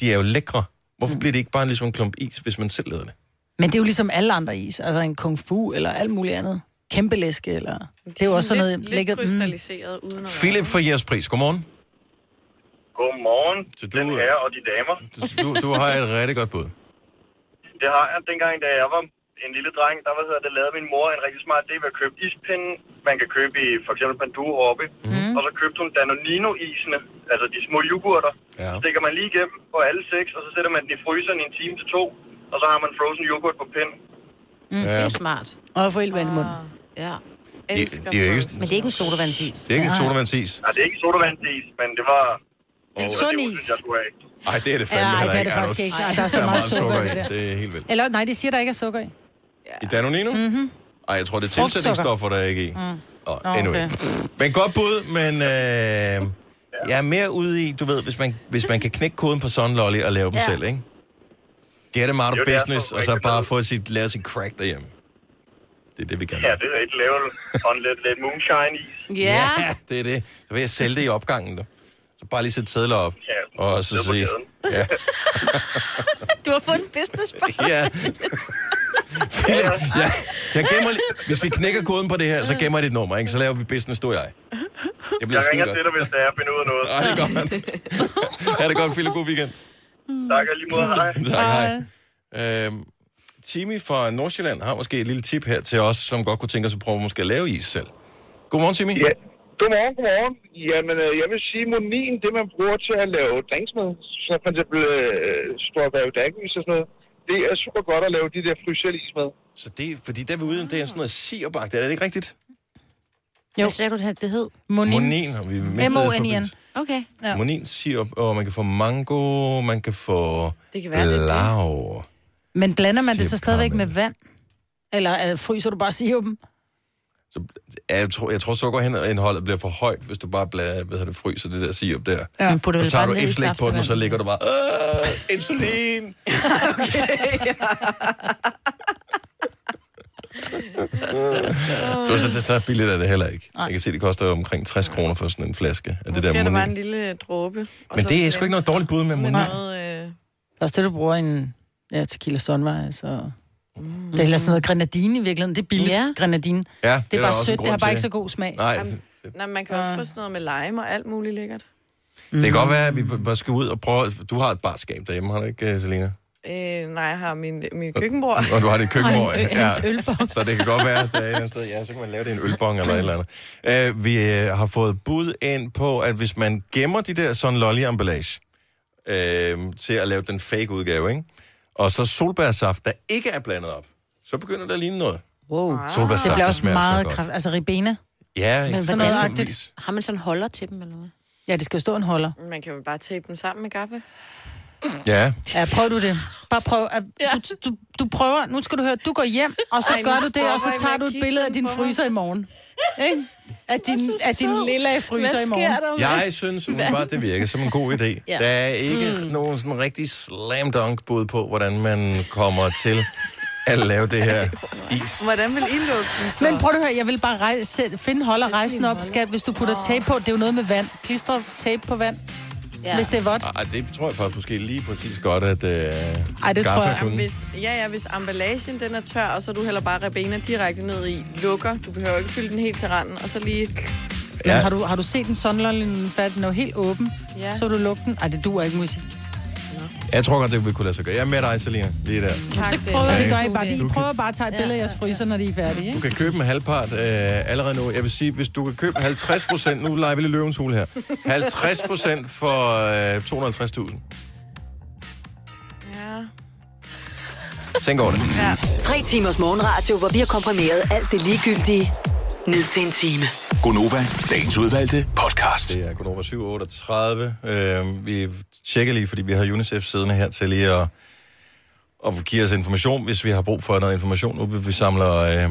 A: de er jo lækre.
C: Mm.
A: Hvorfor bliver det ikke bare ligesom en klump is, hvis man selv lavede det?
C: Men det er jo ligesom alle andre is. Altså en kung fu eller alt muligt andet. Kæmpe læske eller... Det er jo også sådan noget...
B: lidt,
C: lækkert-
B: lidt
C: mm.
B: krystalliseret uden at være.
A: Philip for jeres pris. Godmorgen.
H: Godmorgen,
A: Så du-
H: den herre og de damer.
A: Du, du har et rigtig godt bud.
H: Det har jeg dengang, da jeg var en lille dreng, der var det, lavede min mor en rigtig smart idé ved at købe ispinden. Man kan købe i for eksempel Panduro oppe.
C: Mhm.
H: Mm. Og så købte hun Danonino-isene, altså de små yoghurter.
A: Ja.
H: Ja. Stikker man lige igennem på alle seks, og så sætter man den i fryseren i en time til to. Og så har man frozen yoghurt på pind.
D: Mm, det er smart.
C: Og få helt vand i munden.
D: Ja.
A: Det,
B: Elsker
A: det er jo ikke,
B: frozen.
D: Men det er ikke en sodavandsis.
A: det er ikke en sodavandsis.
H: Nej, det er ikke sodavandsis, men det var...
C: En
H: det var
C: sund
H: det,
C: is.
H: synes jeg skulle have.
A: Nej, det er det fandme
C: Ja, ej,
A: heller
C: det er det
A: Ej,
C: faktisk
A: er
C: ikke.
A: jo
C: Ej, der er så
A: sindssygt
C: meget sukker i
A: i.
C: det der.
A: Det er helt vildt.
C: Eller nej, de siger, der ikke er sukker i.
A: I Danonino? Mm-hmm. Ej, jeg tror, det er
C: Frugtsukker.
A: tilsætningsstoffer, der er ikke i. Mm. Oh,
C: Nå,
A: anyway. Men godt bud, men øh, jeg er mere ude i, du ved, hvis man, hvis man kan knække koden på Sun Lolly og lave dem ja. selv, ikke? Get them out of
H: Jo, det er
A: business,
H: så
A: og så
H: rigtig
A: bare
H: godt.
A: få sit, lave sit crack derhjemme. Det er det, vi kan.
H: Ja, det er et level on lidt, lidt moonshine-is.
D: Ja.
A: ja, det er det. Så vil jeg sælge det i opgangen, du. Så bare lige sætte sædler op.
H: Ja,
A: og så
H: ned på
A: sige...
H: gaden.
A: Ja,
D: Du har fået en business partner.
A: ja. Philip, ja, jeg gemmer, li- hvis vi knækker koden på det her, så gemmer jeg dit nummer, ikke? Så laver vi business, du og jeg. Jeg bliver
H: Jeg ringer
A: skidegodt.
H: til dig, hvis der er at finde ud af noget.
A: Ej, det er godt. ha' det godt, Philip. God weekend.
H: Tak og lige måde. Hej.
A: Tak, hej. Øhm, Timmy fra Nordsjælland har måske et lille tip her til os, som godt kunne tænke os at prøve måske at lave is selv. Godmorgen, Timmy.
I: Ja. Godmorgen, godmorgen. Jamen, øh, jeg vil sige, monin, det man bruger til at lave drinks med, så for eksempel øh, strawberry daiquiris og sådan noget, det er super godt at lave de der fryselis med.
A: Så det, fordi der ved uden, det er sådan noget sirbagt. Er det ikke rigtigt?
D: Hvad sagde du, det her- det hed?
C: Monin.
A: Monin har vi mistet
C: M-O-N-I-N.
A: forbindelse.
D: Okay.
C: Ja.
A: Monin, sirup, og man kan få mango, man kan få
B: Det kan være, det er det.
A: lav.
C: Men blander man det så
A: Siger
C: stadigvæk med
A: Carmen.
C: vand? Eller øh, fryser du bare sirupen?
A: Så, ja, jeg, tror, jeg tror, sukkerindholdet bliver for højt, hvis du bare blader, hvad hedder det, fryser det der sirup der.
D: Ja. Man putter
A: Så
D: vel
A: tager
D: bare
A: du
D: ned i
A: et slik på den, og så
D: saftevand.
A: ligger du bare, øh, insulin. Du så det så billigt er det heller ikke. Jeg kan se, det koster omkring 60 kroner for sådan en flaske af det
B: Måske
A: der
B: er der bare
A: monin.
B: en lille dråbe. og
A: Men
B: så
A: det er sgu ikke noget dårligt bud
B: med
A: med monin.
B: noget... Øh,
C: Det er Også det, du bruger en ja, tequila sunrise og... Mm. Det er ellers sådan noget grenadine i virkeligheden. Det er billigt,
D: Ja.
C: ja. grenadine. Det
A: Ja,
C: er, det
A: der
C: bare
A: også en
C: sødt, det
A: grund
C: har bare
A: til.
C: ikke så god smag.
A: Nej,
B: Jamen, nej, man kan også få sådan noget med lime og alt muligt lækkert.
A: det kan godt være, at vi b- bare skal ud og prøve... Du har et barskab derhjemme, har du ikke, øh, Selina?
B: Øh, nej, jeg har min, min køkkenbord.
A: Og du har det i køkkenborg.
D: Og en ø- en ølbong.
A: Så det kan godt være, at der er et eller andet sted, ja, så kan man lave det i en ølbong eller et eller andet. Øh, vi øh, har fået bud ind på, at hvis man gemmer de der sådan lolly emballage øh, til at lave den fake udgave, ikke? og så solbærsaft, der ikke er blandet op, så begynder der at ligne noget.
C: Wow.
A: Solbærsaft,
C: Det bliver
A: der
C: også
A: smager så
C: meget
A: godt.
C: kraft. Altså ribena.
A: Ja,
D: Men
A: ikke?
D: sådan noget
A: Eksempelvis.
D: Har man sådan holder til dem, eller hvad?
C: Ja, det skal jo stå en holder.
B: Man kan jo bare tape dem sammen med gaffe.
A: Ja,
C: Ja, prøv du det. Bare prøv. At, du, du, du prøver. Nu skal du høre, du går hjem, og så
B: Ej, nu
C: gør du det, og så
B: stopper I med
C: tager du
B: at
C: et
B: kigge
C: billede af
B: sådan
C: din
B: på mig.
C: fryser i morgen. Ikke? Af din, af din lilla fryser i morgen.
D: der?
A: Jeg synes umiddelbart, det virker som en god idé. ja.
D: Ja.
A: Der er ikke mm. nogen sådan rigtig slam dunk bud på, hvordan man kommer til at lave det her is.
B: Hvordan vil I lukke den så?
C: Men prøv at høre, jeg vil bare rejse, sæt- finde holder rejsen op, skat, hvis du putter tape på. Det er jo noget med vand. Klistre tape på vand, ja.
D: Ja.
C: hvis det er vådt.
A: Ej, Ah, det tror jeg faktisk måske lige præcis godt, at øh,
C: Ej, det
A: Gaffa
C: tror jeg.
A: kunne.
B: Hvis, ja, ja, hvis emballagen den er tør, og så du hælder bare ribena direkte ned i, lukker, du behøver ikke fylde den helt til randen, og så lige
C: Men ja. har, du, har du set en sondlollen fat? Den er jo helt åben.
B: Ja.
C: Ja. Så vil du lukke den. Ej, det duer ikke, Musi.
A: Jeg tror godt, det vil kunne lade sig gøre. Jeg er med dig, Selina, lige der.
B: Tak,
D: Så
B: Dennis.
D: prøver
C: Og
D: jeg
C: det
D: det.
C: gør I bare. I
A: Du kan-
C: prøver bare at tage et billede af jeres fryser, når de er færdige,
A: Du
C: ikke?
A: kan købe en halvpart øh, allerede nu. Jeg vil sige, hvis du kan købe 50 procent, nu leger vi lidt løvens hule her, 50 procent for øh, 250.000.
B: Ja.
A: Tænk over det.
F: Tre timers morgenradio, hvor vi har komprimeret alt det ligegyldige ned til en time.
G: Gonova, dagens udvalgte podcast.
A: Det er kun over 738. Øh, vi tjekker lige, fordi vi har UNICEF siddende her til lige at, at give os information, hvis vi har brug for noget information. Nu vi samler øh,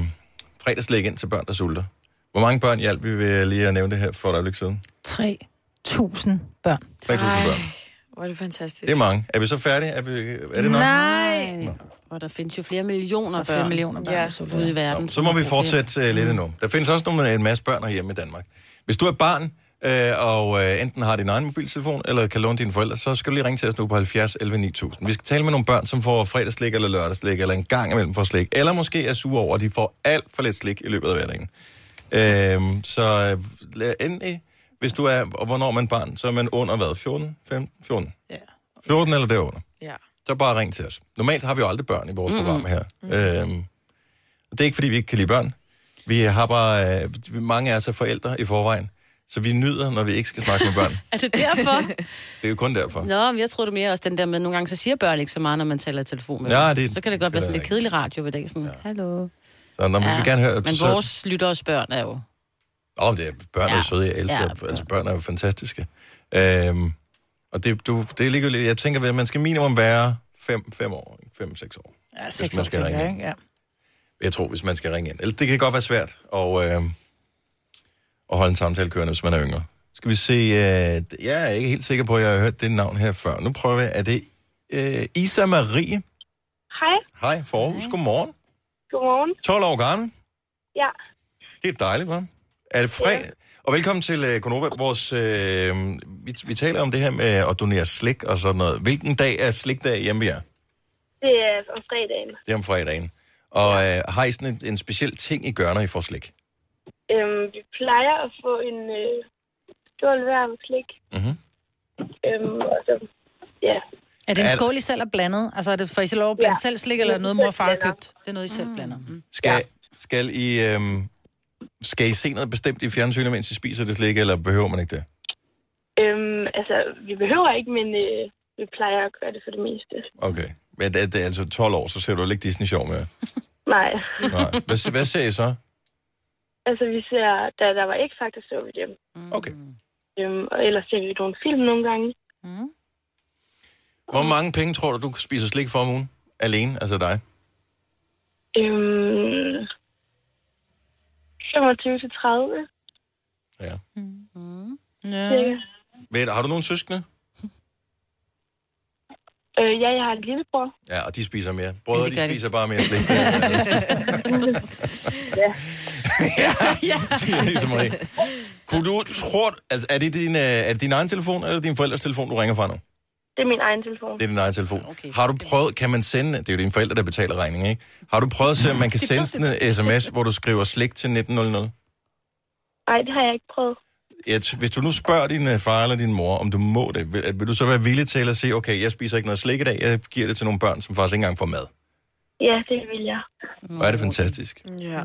A: fredagslæg ind til børn, der sulter. Hvor mange børn hjalp vi ved lige at nævne det her for et øjeblik siden?
C: 3.000 børn.
A: 3.000 børn.
B: Hvor er det fantastisk.
A: Det er mange. Er vi så færdige? Er, vi, er det nok?
C: Nej!
D: Og der findes jo flere millioner
C: Flere
D: børn
C: millioner børn.
B: Ja.
C: Ja.
D: ude i verden.
A: Så må
D: som
A: vi
D: har
A: fortsætte uh, lidt
D: Mm.
A: endnu. Der findes også nogle, en masse børn herhjemme i Danmark. Hvis du er barn, øh, og øh, enten har din egen mobiltelefon, eller kan låne dine forældre, så skal du lige ringe til os nu på 70 11 9000. Vi skal tale med nogle børn, som får fredagslik eller lørdagslik, eller en gang imellem får slik, eller måske er sure over, at de får alt for lidt slik i løbet af hverdagen. Øh, så øh, lad- endelig, hvis du er, og hvornår er man barn, så er man under hvad? 14? 15? 14?
C: Ja.
A: 14 eller derunder
B: Ja.
A: så bare ring til os. Normalt har vi jo aldrig børn i vores mm. program her. Mm. Øhm, og det er ikke, fordi vi ikke kan lide børn. Vi har bare... Øh, vi- mange af os er forældre i forvejen, så vi nyder, når vi ikke skal snakke med børn.
D: Er det derfor?
A: Det er jo kun derfor.
D: Nå, men jeg tror det mere også den der med, nogle gange så siger børn ikke så meget, når man taler i telefon med
A: Ja,
D: dem.
A: det-
D: Så kan det godt være sådan
A: det er
D: lidt kedelig radio ved dag, sådan, ja. hallo.
A: Så når ja. vi vil gerne høre...
D: Men
A: så,
D: vores lytteres børn er jo...
A: Åh, det er, børn er
D: Ja.
A: jo søde, jeg elsker.
D: Ja,
A: Ja. Altså, børn er jo fantastiske. Øhm, og det, du, det er ligegyldigt. Jeg tænker, at man skal minimum være 5 år. 5-6 år.
C: Ja, seks
A: man
C: år,
A: skal
C: tænker
A: ringe.
C: jeg, ikke? Ja.
A: Jeg tror, hvis man skal ringe ind. Eller det kan godt være svært og, øh, at holde en samtale kørende, hvis man er yngre. Skal vi se. Øh, jeg er ikke helt sikker på, at jeg har hørt det navn her før. Nu prøver jeg. Er det øh, Isa Marie?
J: Hej,
A: Hej, for Aarhus. Godmorgen.
J: godmorgen.
A: 12 år gammel.
J: Ja,
A: Det er dejligt, hva'? Er det fredag? Og velkommen til øh, Konova. Vores, øh, vi, vi taler om det her med at donere slik og sådan noget. Hvilken dag er slikdag hjemme ved jer?
J: det er om fredagen.
A: Det er om fredagen. Og øh, har I sådan en, en speciel ting, I gør, når I får slik?
J: Øhm, vi plejer at få en øh, stor varm slik.
A: Mhm.
J: Øhm, og så, ja.
C: Er det
A: Er-
C: en skål, I selv er blandet? Altså, er det for I selv lov at blande
J: Ja.
C: selv slik, eller er det noget, mor og far har købt? Det er noget, I selv blander. Mm.
A: Skal, ja. skal, I, øhm, skal I se noget bestemt i fjernsynet, mens I spiser det slik, eller behøver man ikke det?
J: Øhm, altså, vi behøver ikke, men øh, vi plejer at gøre det for det meste.
A: Okay. Men det, det er altså 12 år, så ser du ikke Disney sjov med.
J: Nej,
A: Nej. Hvad, hvad ser I så?
J: altså vi ser, da der var ikke faktisk så vi dem.
A: Okay.
J: Øhm, og ellers ser vi nogle film nogle gange.
A: Hvor mange penge tror du, du spiser slik for om ugen? Alene, altså dig?
J: Øhm, 25 til 30.
A: Ja.
C: Ja.
J: cirka.
A: Ved, har du nogen søskende?
J: Øh, ja, jeg har en lillebror.
A: Ja, og de spiser mere. Brødre,
D: det gør
A: de
D: de.
A: spiser bare mere slik.
D: Ja.
A: Lise Marie. Kunne du, tror, altså, er, det din, øh, er det din egen telefon, eller din forældres telefon, du ringer fra nu?
J: Det er min egen telefon.
A: Det er din egen telefon. Okay.
D: Okay.
A: Har du prøvet, kan man sende, det er jo dine forældre, der betaler regningen, ikke? Har du prøvet at se, om man kan sende sådan en sms, hvor du skriver slik til 1900?
J: Nej, det har jeg ikke prøvet.
A: Et, hvis du nu spørger din øh, far eller din mor, om du må det, vil, vil du så være villig til at sige, okay, jeg spiser ikke noget slik i dag, jeg giver det til nogle børn, som faktisk ikke engang får mad.
J: Ja, det vil jeg.
A: Og
D: Mm,
A: er det fantastisk.
B: Ja.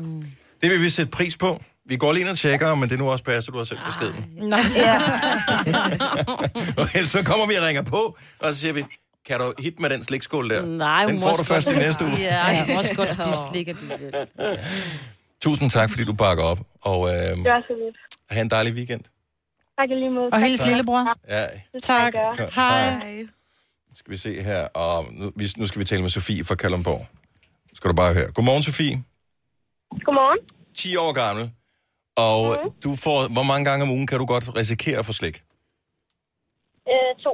A: Det vil vi sætte pris på. Vi går lige ind og tjekker, men det nu også passer, du har sendt beskeden.
C: Nej.
A: Og ellers så kommer vi og ringer på, og så siger vi, kan du hit med den slikskål der?
D: Nej, hun
A: den
D: må
A: får du
D: også godt-
A: først i næste uge.
D: Ja, jeg må også godt spise slik alligevel.
A: Tusind tak, fordi du bakker op, og øh,
J: Gør så lidt.
A: have en dejlig weekend.
J: Tak i lige måde.
C: Og hils lillebror.
A: Ja,
J: Det skal jeg
C: Tak.
J: gøre.
C: Hej.
A: skal vi se her. Og nu, vi- nu skal vi tale med Sofie fra Kalundborg. Skal du bare høre. Godmorgen, Sofie.
J: Godmorgen.
A: 10 år gammel. Og
J: Mhm.
A: mm. du får, hvor mange gange om ugen kan du godt risikere at få slik? Uh.
J: Øh, to.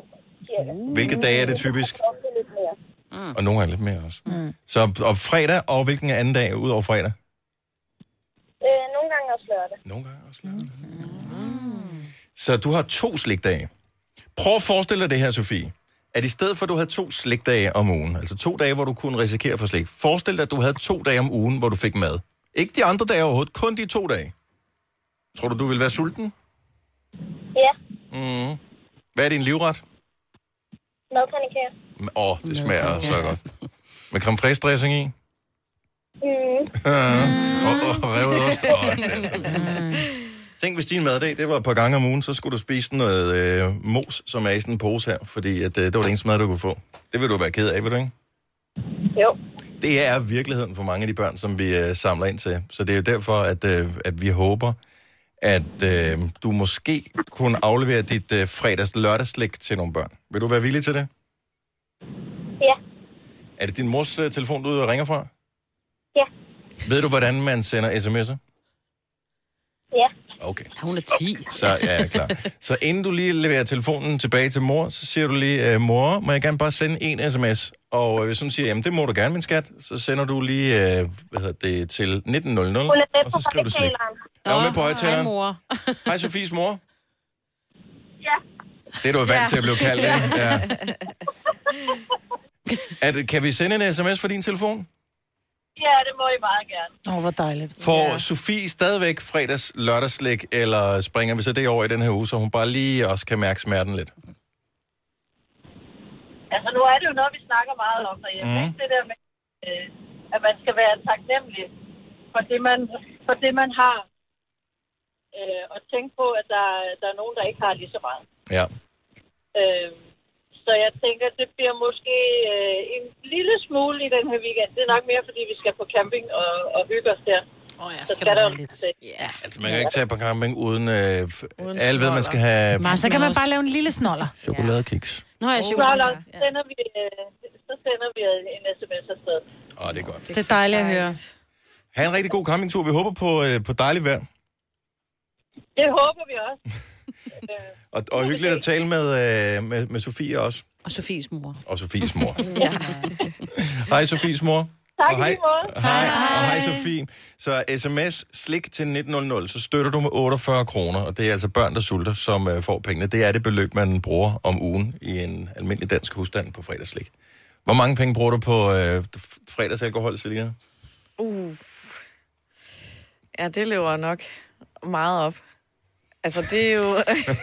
J: cirka.
A: Hvilke dage er det typisk?
J: Ofte lidt mere.
A: Og nogle gange lidt mere også. Mm. Så og fredag, og hvilken anden dag ud over fredag?
J: Øh, nogle gange også lørdag.
A: Nogle gange også lørdag. Mm. Så du har to slikdage. Prøv at forestille dig det her, Sofie. At i stedet for, at du havde to slikdage om ugen, altså to dage, hvor du kunne risikere for slik, forestil dig, at du havde to dage om ugen, hvor du fik mad. Ikke de andre dage overhovedet, kun de to dage. Tror du, du ville være sulten?
J: Ja,
A: Mm. Hvad er din livret?
J: madpanikære.
A: Åh, oh, det smager så godt. Med creme fraiche dressing i?
J: Mm.
A: Og, og revet ost. Åh, altså. Tænk, hvis din maddag, det var et par gange om ugen, så skulle du spise noget øh, mos, som er i sådan en pose her, fordi at, øh, det var det eneste mad, du kunne få. Det vil du være ked af, vil du ikke?
J: Jo.
A: Det er virkeligheden for mange af de børn, som vi øh, samler ind til. Så det er jo derfor, at, øh, at vi håber, at øh, du måske kunne aflevere dit øh, fredags lørdagsslik til nogle børn. Vil du være villig til det?
J: Ja.
A: Er det din mors øh, telefon, du ringer fra?
J: Ja.
A: Ved du, hvordan man sender sms'er?
J: Ja.
A: Okay.
D: Hun er 10.
A: Så ja, ja, klar. Så inden du lige leverer telefonen tilbage til mor, så siger du lige, øh, mor, må jeg gerne bare sende en sms? Og øh, hvis hun siger, jamen det må du gerne, min skat, så sender du lige, øh, hvad hedder det, til 1900,
J: Hun er med
A: og
J: på
A: så skriver du slik.
J: højtaleren.
A: Er hun med på højtaleren?
D: mor.
A: Hej, Sofies mor.
J: Ja.
A: Det er du jo vant til at blive kaldt, ikke? Ja. Er det, kan vi sende en sms fra din telefon?
J: Ja, det må I meget gerne.
C: Åh, oh, hvor dejligt.
A: Får ja. Sofie stadigvæk fredags lørdagslæg, eller springer vi så det over i den her uge, så hun bare lige også kan mærke smerten lidt?
J: Altså, nu er det jo noget, vi snakker meget om derhjemme.
A: Mhm.
J: Mm. Det der med, øh, at man skal være taknemmelig for det, man, for det, man har. Øh, og tænke på, at der, der er nogen, der ikke har lige så meget.
A: Ja.
J: Øh, så jeg tænker, det bliver måske øh, en lille smule i den her weekend. Det er nok mere, fordi vi skal på camping og, og hygge os der.
C: Åh, oh, jeg
J: Så skal
C: skal, skal
J: der
C: være
J: jo
C: lidt.
D: Ja.
A: Altså, man kan ikke tage på camping uden... Øh, uden alle ved,
B: snoller.
A: man skal have
C: Men så kan man bare lave en lille snoller.
A: chokoladekiks.
D: Nå, jeg er
J: Så,
D: chokolade.
J: så, sender vi, øh, så sender vi en sms afsted.
A: Åh, oh, det er godt.
C: Det er dejligt at høre.
A: Ha' en rigtig god campingtur. Vi håber på, øh, på dejligt vejr.
J: Det håber vi også. øh,
A: Og, og hyggeligt at tale med, øh, med, med Sofie også.
D: Og Sofies mor.
A: Og Sofies mor. Hej, Sofies mor.
J: tak
A: Og
J: i
A: hej,
J: lige måde.
A: hej, og hej Sofie. Så sms slik til 1900, så støtter du med 48 kroner, og det er altså børn, der sulter, som øh, får pengene. Det er det beløb, man bruger om ugen i en almindelig dansk husstand på fredagsslik. Hvor mange penge bruger du på øh, fredagsalkohol, Selina?
B: Uff. Ja, det løber nok meget op. Altså, det er jo...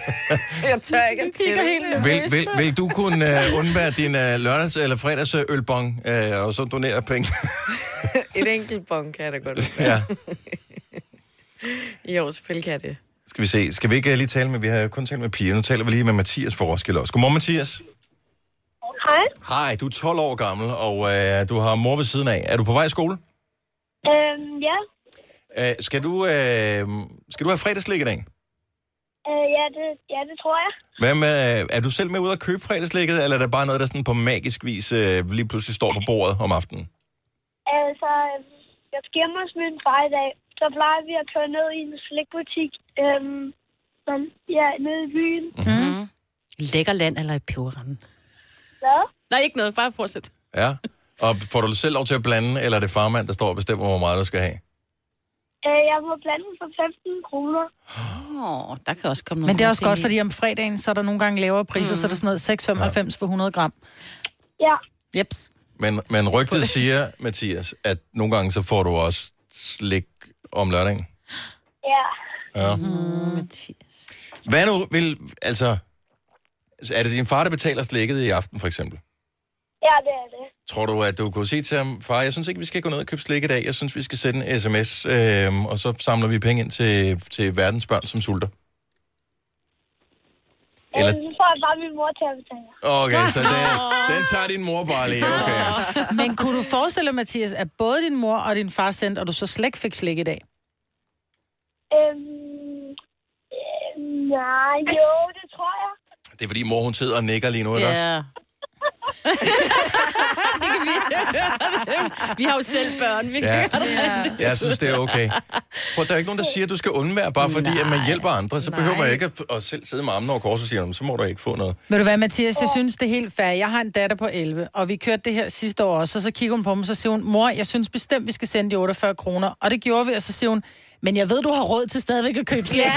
B: jeg tør ikke at tælle.
A: Vil, vil, vil du kunne øh, undvære din øh, lørdags- eller fredagsølbong, øh, og så donere penge?
B: Et enkelt bong kan jeg da godt være.
A: ja.
B: Jo, selvfølgelig kan jeg det.
A: Skal vi se. Skal vi ikke øh, lige tale med, vi har jo kun talt med piger, nu taler vi lige med Mathias for Roskilde også. Godmorgen, Mathias.
J: Hej.
A: Hej, du er 12 år gammel, og øh, du har mor ved siden af. Er du på vej i skole?
J: Øhm, ja.
A: Øh, skal, du, øh, skal du have fredagslik i dag?
J: Øh, ja, det, ja, det tror jeg.
A: Hvad med, øh, er du selv med ude at købe fredagslikket, eller er det bare noget, der sådan på magisk vis øh, lige pludselig står på bordet om aftenen?
J: Altså, øh, jeg skal hjemme hos min far i dag. Så plejer vi at køre ned i en slikbutik. Øhm, som, ja, nede i byen.
D: Mm. Lækker land eller i peberranden?
J: Hvad?
D: Nej, ikke noget. Bare fortsæt.
A: Ja. Og får du selv lov til at blande, eller er det farmand, der står og bestemmer, hvor meget du skal have?
J: Øh, jeg må blande for 15 kroner.
D: Åh, der kan også komme nogle
C: Men det er
D: gode
C: også
D: ting
C: godt,
D: i.
C: fordi om fredagen, så er der nogle gange lavere priser, mm. så er der sådan noget 6,95 for 100 gram.
J: Ja.
C: Jeps.
A: Men, men rygtet siger, Mathias, at nogle gange så får du også slik om lørdagen.
J: Ja.
A: Ja.
D: Mm, Mathias.
A: Hvad nu vil, altså, er det din far, der betaler slikket i aften, for eksempel?
J: Ja, det er det.
A: Tror du, at du kunne sige til ham, far, jeg synes ikke, vi skal gå ned og købe slik i dag, jeg synes, vi skal sende en sms, øh, og så samler vi penge ind til, til verdens børn, som sulter? Eller,
J: Øhm, så får jeg bare min mor til at betale.
A: okay, så den, den tager din mor bare lige, okay.
C: Men kunne du forestille dig, Mathias, at både din mor og din far sendte, og du så slet ikke fik slik i dag?
J: Øhm, øhm, nej, jo, det tror jeg.
A: Det er fordi mor, hun sidder og nikker lige nu, ikke også?
D: Ja. Det kan vi. vi har jo selv børn. Vi
A: Ja.
D: ja.
A: Ja, jeg synes, det er okay. Prøv, der er ikke nogen, der siger, at du skal undvære, bare fordi at man hjælper andre. Så behøver man ikke at, at selv sidde med armene over kors og sige, "Jamen, så må du ikke få noget.
C: Ved du hvad, Mathias, jeg synes, det er helt fair. Jeg har en datter på 11, og vi kørte det her sidste år også, og så kigger hun på mig, så siger hun, mor, jeg synes bestemt, vi skal sende de 48 kroner. Og det gjorde vi, og så siger hun, men jeg ved, du har råd til stadigvæk at købe slik. Ja.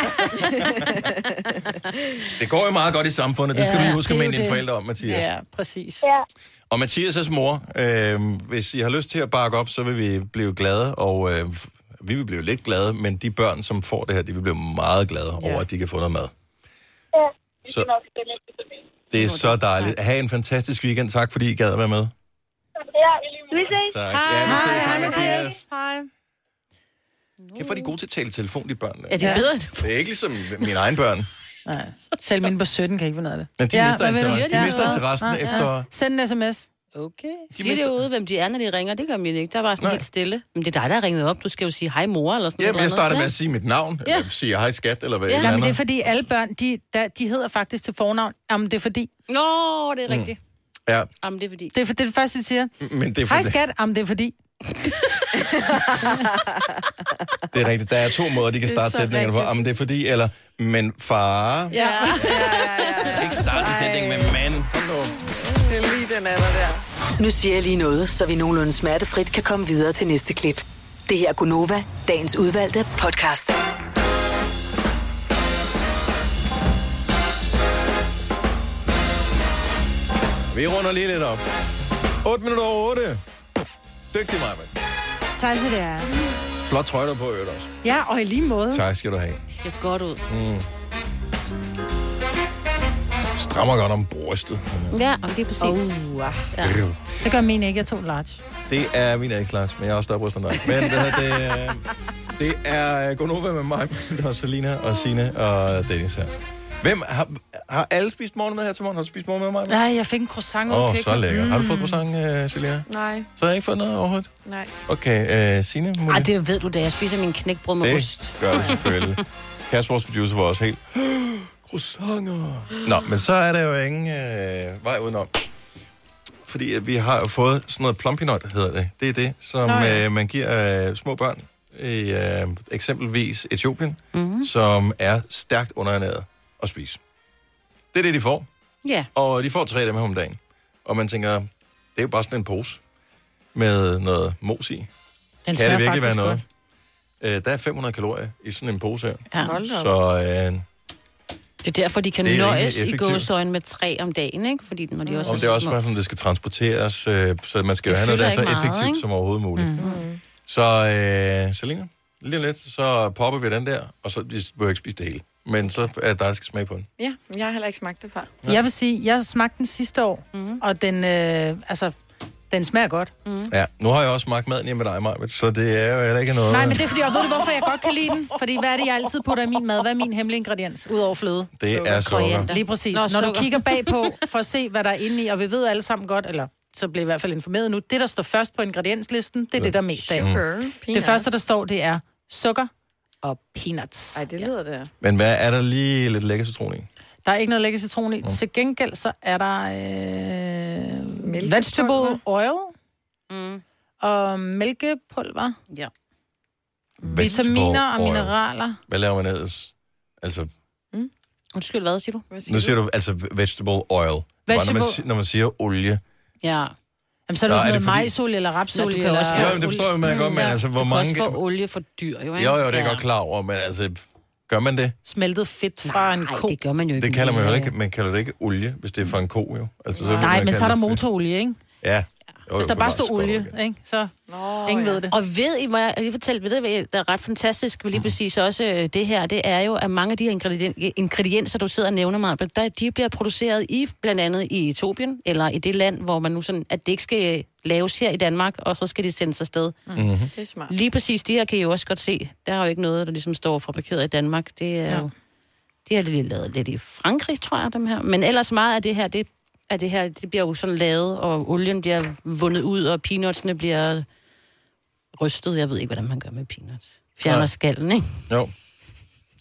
A: Det går jo meget godt i samfundet. Det skal
C: Ja,
A: du lige huske
C: det er
A: med
C: jo
A: dine
C: det.
A: forældre om, Mathias.
C: ja, præcis.
J: Ja.
A: Og Mathias' mor, øh, hvis I har lyst til at bakke op, så vil vi blive glade, og øh, vi vil blive lidt glade, men de børn, som får det her, de vil blive meget glade over, at de kan få noget mad.
J: Ja.
A: Vi skal Så- nok Det er så dejligt. Ha' en fantastisk weekend. Tak fordi I gad at være med.
J: Ja, vi ses.
A: Tak. Hej. Ja, vi ses. Hej, Mathias.
C: Hej.
A: Kan få de gode til at tale i telefon, de børn. der?
C: Ja, de er bedre end
A: Det er ikke ligesom mine egne børn.
C: Nej. Selv mine på 17 kan ikke finde noget af det.
A: Men de mister
C: hvad ved
A: interessen.
C: jeg?
A: De mister interessen
C: Nej,
A: efter-
C: Send en sms.
D: Okay. Sig mister... derude, hvem de er, når de ringer. Det gør min ikke. Der var sådan Nej. helt stille. Men det er dig, der har ringet op. Du skal jo sige hej mor, eller sådan
A: Jamen, jeg
D: noget.
A: starter med at sige mit navn,
D: Ja.
A: eller siger hej skat, eller hvad
C: Ja.
A: eller
C: Jamen, det er
A: andet.
C: fordi alle børn, de, der, de hedder faktisk til fornavn. Jamen, det er fordi.
D: Nå,
A: Mm.
D: det er rigtigt.
A: Ja,
D: Jamen, det er fordi.
C: Det er, for, det, er det første, de siger.
A: men det er,
C: Hej
A: fordi-
C: skat, jamen det er fordi.
A: det er rigtigt. Der er to måder, de kan
C: Det er
A: starte
C: så
A: sætningerne på.
C: rigtigt.
A: Jamen, det er fordi, eller men far.
B: Ja.
A: Ikke starte en sætning med mand. Kom nu.
B: Det er lige den alder der.
F: Nu siger jeg lige noget, så vi nogenlunde smertefrit kan komme videre til næste klip. Det her er Gunova, dagens udvalgte podcast.
A: Vi runder lige lidt op. 8 minutter over 8. Dygtig, Marvind.
K: Tak skal det er.
A: Flot trøje, du har på, i øvrigt også.
K: Ja, og i lige måde.
A: Tak skal du have.
D: Det ser godt ud.
A: Mm. Strammer godt om brystet.
C: Ja, og det er præcis.
K: Oh, ah.
A: Ja.
C: Det gør min ikke, jeg tog large.
A: Det er min ikke klart, men jeg er også større bryst end dig. Men hvad hedder det, øh, det er øh, Gonova med mig, og Selina og Sine og Dennis her. Hvem har, har alle spist morgenmad her til morgen? Har du spist morgenmad med mig?
C: Nej, jeg fik en croissant ud
A: Åh,
C: i
A: oh,
C: køkkenet.
A: så lækker. Mm. Har du fået croissant, øh, Selina?
B: Nej,
A: Så har jeg ikke fået noget overhovedet?
B: nej.
A: Okay, øh, Signe? må
D: Ej,
A: vi-
D: det ved du da. Jeg spiser min knækbrød med ost.
A: det gør det selvfølgelig. Kasper, vores producer, var også helt... Croissanter. Nå, men så er der jo ingen øh, vej udenom. Fordi at vi har jo fået sådan noget plumpinut, hedder det. Det er det, som
L: Nå, ja.
A: øh, man giver øh, små børn i øh, eksempelvis Etiopien,
L: Mhm.
A: mm-hmm. som er stærkt underernæret at spise. Det er det, de får.
D: Ja.
A: Og de får tre af dem her om dagen. Og man tænker, det er jo bare sådan en pose med noget mos i.
C: Den
A: kan
C: smager
A: det virkelig være
C: faktisk
A: noget? Øh, der er 500 kalorier i sådan en pose her.
D: Ja. Hold da op.
A: Så øh,
D: Det er derfor, de kan
A: Det er
D: nøjes
A: rimelig
D: i
A: effektivt.
D: gåsøjne med tre om dagen, ikke? Fordi når de også
A: om det er også bare sådan, det skal transporteres, øh, så man skal
D: Det
A: jo have noget, der er så
D: fylder ikke meget,
A: effektivt
D: ikke?
A: som overhovedet muligt. Mm.
D: Mm.
A: Så øh, Selina, lige om lidt, så popper vi den der, og så vi behøver ikke spise det hele. Men så er der, der skal smage på den.
B: Ja, men jeg har heller ikke smagt det før.
C: Ja. Jeg vil sige, jeg smagte den sidste år, mm. og den, øh, altså, den smager godt. Mm.
A: Ja, nu har jeg også smagt maden hjemme med dig, Maja, så det er jo heller ikke noget...
C: Nej, men det er fordi, og ved du, hvorfor jeg godt kan lide den? Fordi hvad er det, jeg altid putter i min mad? Hvad er min hemmelige ingrediens, udover fløde?
A: Det er sukker. Koriander.
C: Lige præcis.
A: Nå,
C: Nå, Når du
A: sukker.
C: kigger bagpå for at se, hvad der er inde i, og vi ved alle sammen godt, eller så bliver i hvert fald informeret nu, det, der står først på ingredienslisten, det er det, der er mest af.
A: Sugar,
C: Det
B: peanuts.
C: første, der står, det er sukker og peanuts.
B: Ej, det lyder det.
A: men hvad er der lige lidt lækker citron i?
C: Der er ikke noget lækker citron i. Mm. Til gengæld så er der øh, vegetable oil
D: Mm.
C: og mælkepulver,
D: Ja.
C: vitaminer og
A: Vegetable oil.
C: mineraler.
A: Hvad laver man ellers? Altså,
D: Undskyld, hvad siger du?
A: nu siger du altså vegetable oil. Bare når, man,
C: Vegetable-
A: si- når man siger olie,
D: Ja.
C: Jamen, så er det
A: Nå, er
C: sådan
A: det
C: noget
A: fordi-
C: majsolie eller rapsolie.
D: Nå, du kan
C: eller...
D: også
A: Ja, men det forstår jeg man godt, men altså, hvor
D: du
A: mange...
D: Du kan også få olie for dyr, jo, ikke?
A: Jo, jo, det er jeg godt klar over, men altså, gør man det?
C: Smeltet fedt fra en ko.
D: det gør man jo ikke.
A: Det kalder man jo ikke, man kalder det ikke olie, hvis det er fra en ko, jo. Altså, vil
C: Nej,
A: man
C: men
A: kalde
C: så er der
A: det-
C: motorolie, ikke?
A: Ja. Jo,
C: Hvis
A: jo,
C: der bare
A: bevares,
C: står
A: godt nok.
C: olie, ikke? Så ingen ved det.
D: Og ved I, må jeg lige fortælle, ved I, der er ret fantastisk, ved lige præcis også øh, det her, det er jo, at mange af de her ingredien- ingredienser, du sidder og nævner, Marbel, der, de bliver produceret i, blandt andet i Etiopien, eller i det land, hvor man nu sådan, at det ikke skal øh, laves her i Danmark, og så skal de sendes afsted.
B: Mhm. Det er smart.
D: Lige præcis de her kan I jo også godt se. Der er jo ikke noget, der ligesom står fabrikeret i Danmark. Det er ja. jo... Det har de lige lavet lidt i Frankrig, tror jeg, dem her. Men ellers meget af det her, det, af det her, det bliver jo sådan lavet, og olien bliver vundet ud, og peanutsene bliver rystet. Jeg ved ikke, hvordan man gør med peanuts. Fjerner
A: Nej.
D: Nej. skallen, ikke?
A: Jo.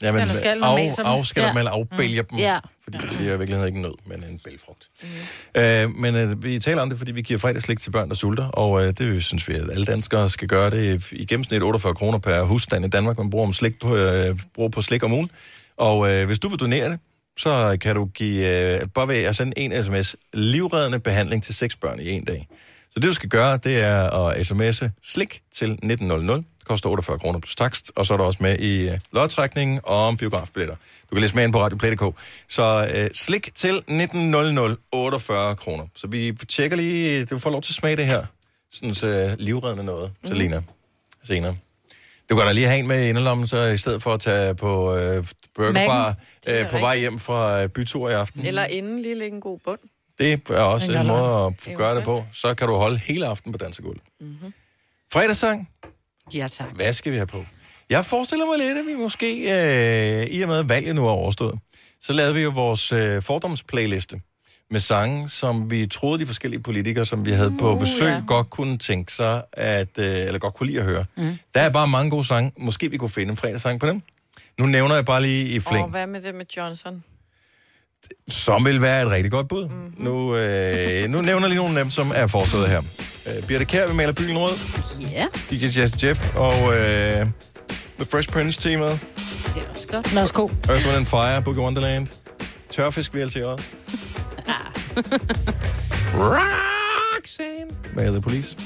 A: Ja, men
D: Fjerner skallen og
A: af,
D: maser dem.
A: afskærer dem,
D: Ja.
A: eller afbælger
D: Mm.
A: dem.
D: Ja.
A: Fordi det er i virkeligheden ikke en nød, men en bælfrugt.
D: Mhm.
A: Øh, men øh, vi taler om det, fordi vi giver fredagsslik til børn, der sulter, og øh, det synes vi, at alle danskere skal gøre det. I gennemsnit 48 kroner per husstand i Danmark, man bruger, om slik på, øh, bruger på slik om ugen. Og øh, hvis du vil donere det, så kan du give, øh, bare ved at sende en sms, livreddende behandling til seks børn i en dag. Så det, du skal gøre, det er at sms'e slik til 1900. Det koster 48 kroner plus takst, og så er du også med i øh, lodtrækningen om biografbilletter. Du kan læse mere ind på radioplay.dk. Så øh, slik til 1900, 48 kroner. Så vi tjekker øh, lige, du får lov til at smage det her. Sådan så livreddende noget, Selina, senere. Du kan da lige have en med i inderlommen, så i stedet for at tage på øh, burgerbar øh, på vej hjem fra øh, bytur i aften.
B: Eller inden lige lægge en god bund.
A: Det er også
B: Den
A: en
B: kan
A: måde
B: holde.
A: at gøre det på. Så kan du holde hele aften på dansegulvet. Mm-hmm. Fredagssang.
D: Ja, tak.
A: Hvad skal vi have på? Jeg forestiller mig lidt, at vi måske, øh, i og med at valget nu er overstået, så lavede vi jo vores øh, fordomsplayliste med sange, som vi troede de forskellige politikere, som vi havde på besøg,
L: ja.
A: godt kunne tænke sig, at, øh, eller godt kunne lide at høre. Mm. Der er bare mange gode sange. Måske vi kunne finde en fredagssang på dem. Nu nævner jeg bare lige i flæng.
B: Og hvad med det med Johnson?
A: som vil være et rigtig godt bud. Mm-hmm. Nu, øh, nu nævner jeg lige nogle af dem, som er foreslået her. Øh, Birte Kær, vi maler byen rød.
D: Ja,
A: DJ Jazz Jeff og øh, The Fresh Prince-teamet.
D: det er også godt.
C: Værsgo.
A: Earth, Wind and Fire, Boogie Wonderland. Tørfisk, VLC også. Roxanne med The Police.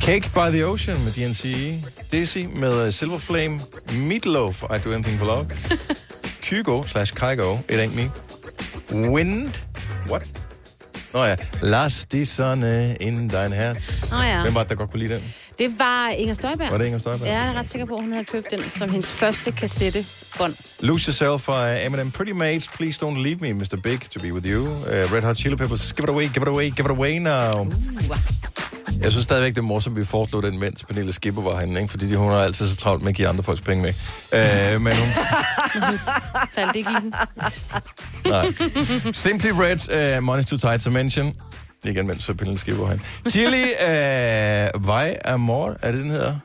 A: Cake by the Ocean med DNC. Dizzy med øh, Silver Flame. Meatloaf, I Do Anything for Love. Kygo slash Kygo, It Ain't Me. Wind. What? Nå ja, Lars de Sonne in dein Herz.
D: Nå ja.
A: Hvem var det, der godt kunne lide den?
D: Det var Inger Støjberg.
A: Var det Inger Støjberg?
D: Ja, jeg er ret sikker på, at hun havde købt den som hendes første kassettebånd.
A: Lose Yourself fra øh, Eminem. Pretty Mates, Please Don't Leave Me, Mr. Big, To Be With You. Uh, Red Hot Chili Peppers, Give It Away, Give It Away, Give It Away Now. Jeg synes stadigvæk, det er morsomt, at vi foreslog den, mens Pernille Skipper var henne, ikke? fordi de- hun har altid så travlt med at give andre folks penge væk. Uh, men hun...
D: Faldt ikke i den.
A: Nej. Simply Red, uh, Money's Too Tight to Mention. Igen, mens øh, Pernille Skipper var henne. Chili, uh, Vej Amor, er det, den hedder?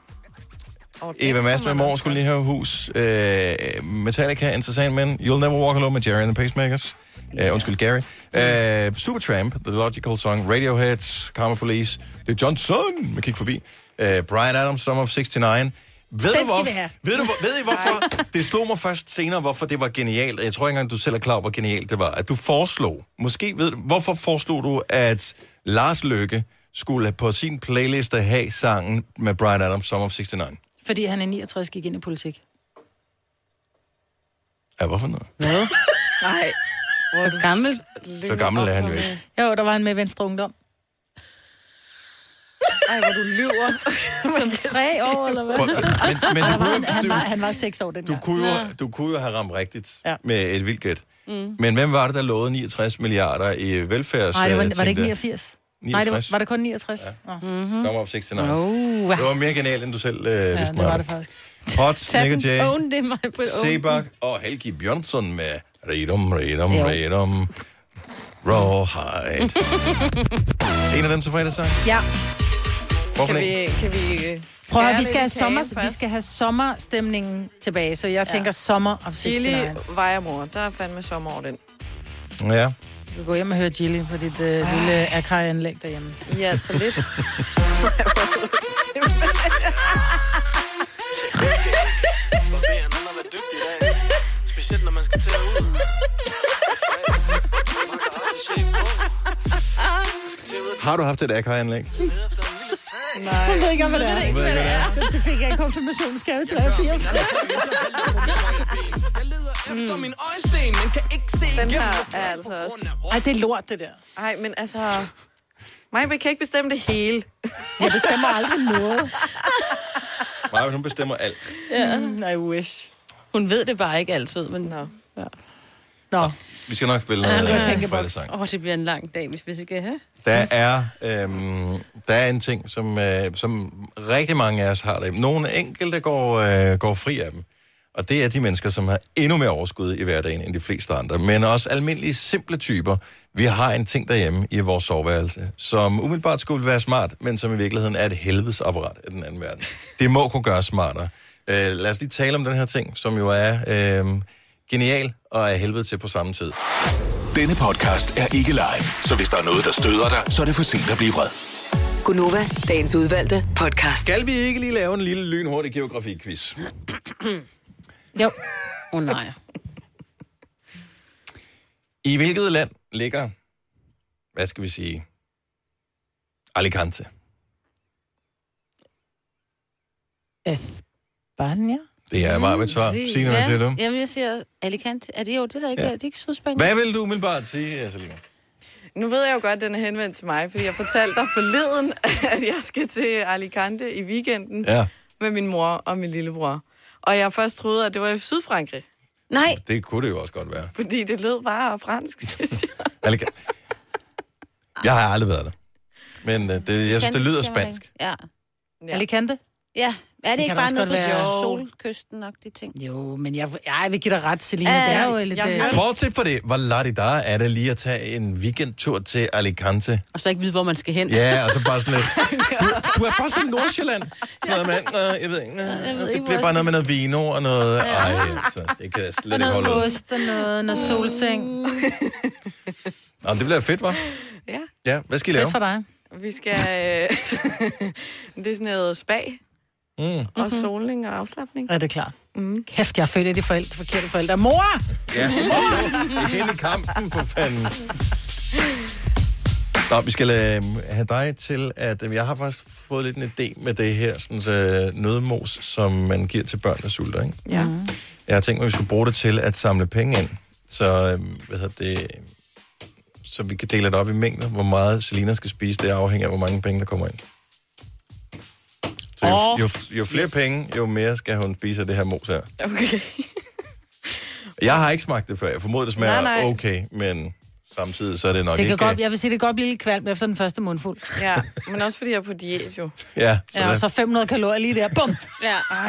A: Eva Mads med Mor skulle lige have hus. Øh, Metallica, Entertainment, Men, You'll Never Walk Alone med Jerry and the Pacemakers. Øh, undskyld, Gary. Øh, Supertramp, The Logical Song, Radiohead, Karma Police, The Johnson med Kig Forbi, øh, Brian Adams, Summer of 69. Ved,
C: Den
A: du,
C: skal
A: hvor,
C: vi have.
A: ved, du, hvor- ved I hvorfor? det slog mig først senere, hvorfor det var genialt. Jeg tror ikke engang, du selv er klar over, hvor genialt det var. At du foreslog, måske ved du, hvorfor foreslog du, at Lars Løkke skulle på sin playliste have sangen med Brian Adams, Summer of 69?
C: Fordi han er 69, gik ind i politik.
A: Ja, hvorfor noget?
C: Hvad? Nej. Hvor er du gammel?
A: Så gammel er han jo ikke.
C: Jo, der var han med i Venstre Ungdom. Ej, hvor du lyver. Som tre år, eller hvad?
A: Prøv, altså, men- men du
C: Ej, han,
A: kunne
C: var,
A: jo-
C: han,
A: du-
C: var, han var seks år dengang.
A: Du kunne jo, du kunne jo have ramt rigtigt
C: Ja.
A: ja. med et vildt gæt.
C: Mm.
A: Men hvem var det, der lovede 69 milliarder i velfærds...
C: Nej, det var,
A: øh,
C: var det
A: ting
C: ikke
A: der?
C: 89? Nej, det var,
A: 69.
C: var det kun 69? Ja. Mm-hmm.
A: Sommer op 69. Det var mere genialt, end du selv øh, vidste.
C: Ja, det
A: mig
C: var
A: om.
C: det faktisk.
A: Hot, Nick Jay,
D: Own det, mig på
A: Sebak og Helgi Bjørnsson med Redum, Redum,
D: Jo.
A: Redum, Rawhide. en af dem til fredagssang.
C: Ja.
A: Hvorfor
B: kan
A: ikke?
B: vi, kan vi øh,
C: Prøv
B: skære
C: at høre, vi
B: lidt i
C: skal, have
B: kagen
C: sommer, vi
B: først?
C: skal have sommerstemningen tilbage, så jeg ja. tænker sommer of 69.
B: Chili, vejrmor. Der er fandme sommer over den.
A: Ja.
C: Du kan gå hjem og høre Gilly på dit øh, lille Akai-anlæg derhjemme.
B: Ja, så lidt.
L: Specielt når man skal til at ud.
A: Har du haft et akajanlæg?
C: Nej. Jeg ved ikke, hvad det er.
A: Hun ved ikke, hvad det
C: Det- Det fik jeg i konfirmationsgave i 83.
L: Efter min øjesten, men kan ikke se
B: Den
L: igennem.
B: her er altså også...
C: Ej, det er lort, det der.
B: Ej, men altså... Mig, vi kan ikke bestemme det hele.
C: Jeg bestemmer aldrig noget.
A: Maja, hun bestemmer alt.
C: Ja. I wish.
D: Hun ved det bare ikke altid, men... Nå. Ja.
C: Nå.
A: Vi skal nok spille noget
D: jeg
A: af
D: tænker
A: en fredagssang.
D: Åh, oh, det bliver en lang dag, hvis vi skal have.
A: Der er, øhm, der er en ting, som, øh, som rigtig mange af os har derhjemme. Nogle enkelte går, øh, går fri af dem. Og det er de mennesker, som har endnu mere overskud i hverdagen end de fleste andre. Men også almindelige, simple typer. Vi har en ting derhjemme i vores soveværelse, som umiddelbart skulle være smart, men som i virkeligheden er et helvedes apparat af den anden verden. Det må kunne gøres smartere. Øh, lad os lige tale om den her ting, som jo er øh, genial og er helvede til på samme tid.
G: Denne podcast er ikke live, så hvis der er noget, der støder dig, så er det for sent at blive vred.
F: Gunova, dagens udvalgte podcast.
A: Skal vi ikke lige lave en lille lynhurtig geografi-quiz?
C: Jo.
D: Åh oh, nej.
A: I hvilket land ligger, hvad skal vi sige, Alicante?
C: Espanja?
A: Det er meget med et svar. Signe, hvad siger du?
D: Jamen, jeg siger Alicante. Er det jo det, er der ikke,
A: Ja.
D: ja. det er ikke Sydspanien?
A: Hvad vil du umiddelbart sige, Selina?
B: Nu ved jeg jo godt, at den er henvendt til mig, fordi jeg fortalte dig forleden, at jeg skal til Alicante i weekenden.
A: Ja.
B: med min mor og min lillebror. Og jeg først troede, at det var i Sydfrankrig. Nej,
A: Det kunne det jo også godt være.
B: fordi det lød bare fransk, synes jeg.
A: Eller, jeg har aldrig været der. Men øh, det, jeg synes, det lyder spansk.
D: Ja.
C: ja. Alicante?
D: Ja. Er det,
C: kan
D: det ikke
C: da
D: bare
C: også
D: noget på
C: godt være.
D: solkysten nok, de ting?
C: Jo, men jeg, jeg vil give dig ret, Selina. det er jo lidt... øh,
A: Bortset fra det, hvor ladida er det lige at tage en weekendtur til Alicante.
D: Og så ikke vide, hvor man skal hen.
A: Ja, og så bare sådan lidt... Du, du er bare sådan Nordsjælland. Sådan noget, mand. Nå, jeg ved ikke. Nå, det bliver bare noget med noget vino og noget... Ej, altså, det kan jeg slet ikke holde
C: noget
A: ud.
C: ost og noget, noget solseng.
A: Nå, det bliver fedt, var?
B: Ja.
A: Ja, hvad skal I lave?
C: Fedt for dig.
B: Vi skal... Øh, det er sådan noget spa
A: Mm.
B: og soling og afslappning.
C: Ja, det er klart. Mm. Kæft, jeg er født af de forældre, forkerte forældre. Mor!
A: Ja, det er hele kampen, for fanden. Nå, vi skal øh, have dig til, at øh, jeg har faktisk fået lidt en idé med det her sådan, øh, nødmos, som man giver til børn, der sulter, ikke?
B: Ja.
A: Jeg har tænkt mig, at vi skulle bruge det til at samle penge ind. Så, øhm, hvad hedder det, så vi kan dele det op i mængder. Hvor meget Selina skal spise, det afhænger af, hvor mange penge, der kommer ind. Så jo,
B: Åh.
A: jo, jo flere yes. penge, jo mere skal hun spise af det her mos her.
B: Okay.
A: Jeg har ikke smagt det før. Jeg formoder, det smager
C: Nej, nej.
A: okay, men samtidig så er det nok
C: det kan
A: ikke...
C: godt, jeg vil sige, det kan godt blive lidt kvalmt efter den første mundfuld.
B: Ja, men også fordi jeg er på diæt jo.
A: Ja, så
C: Ja, og
A: der-
C: så 500 kalorier lige der. Bum!
D: Ja,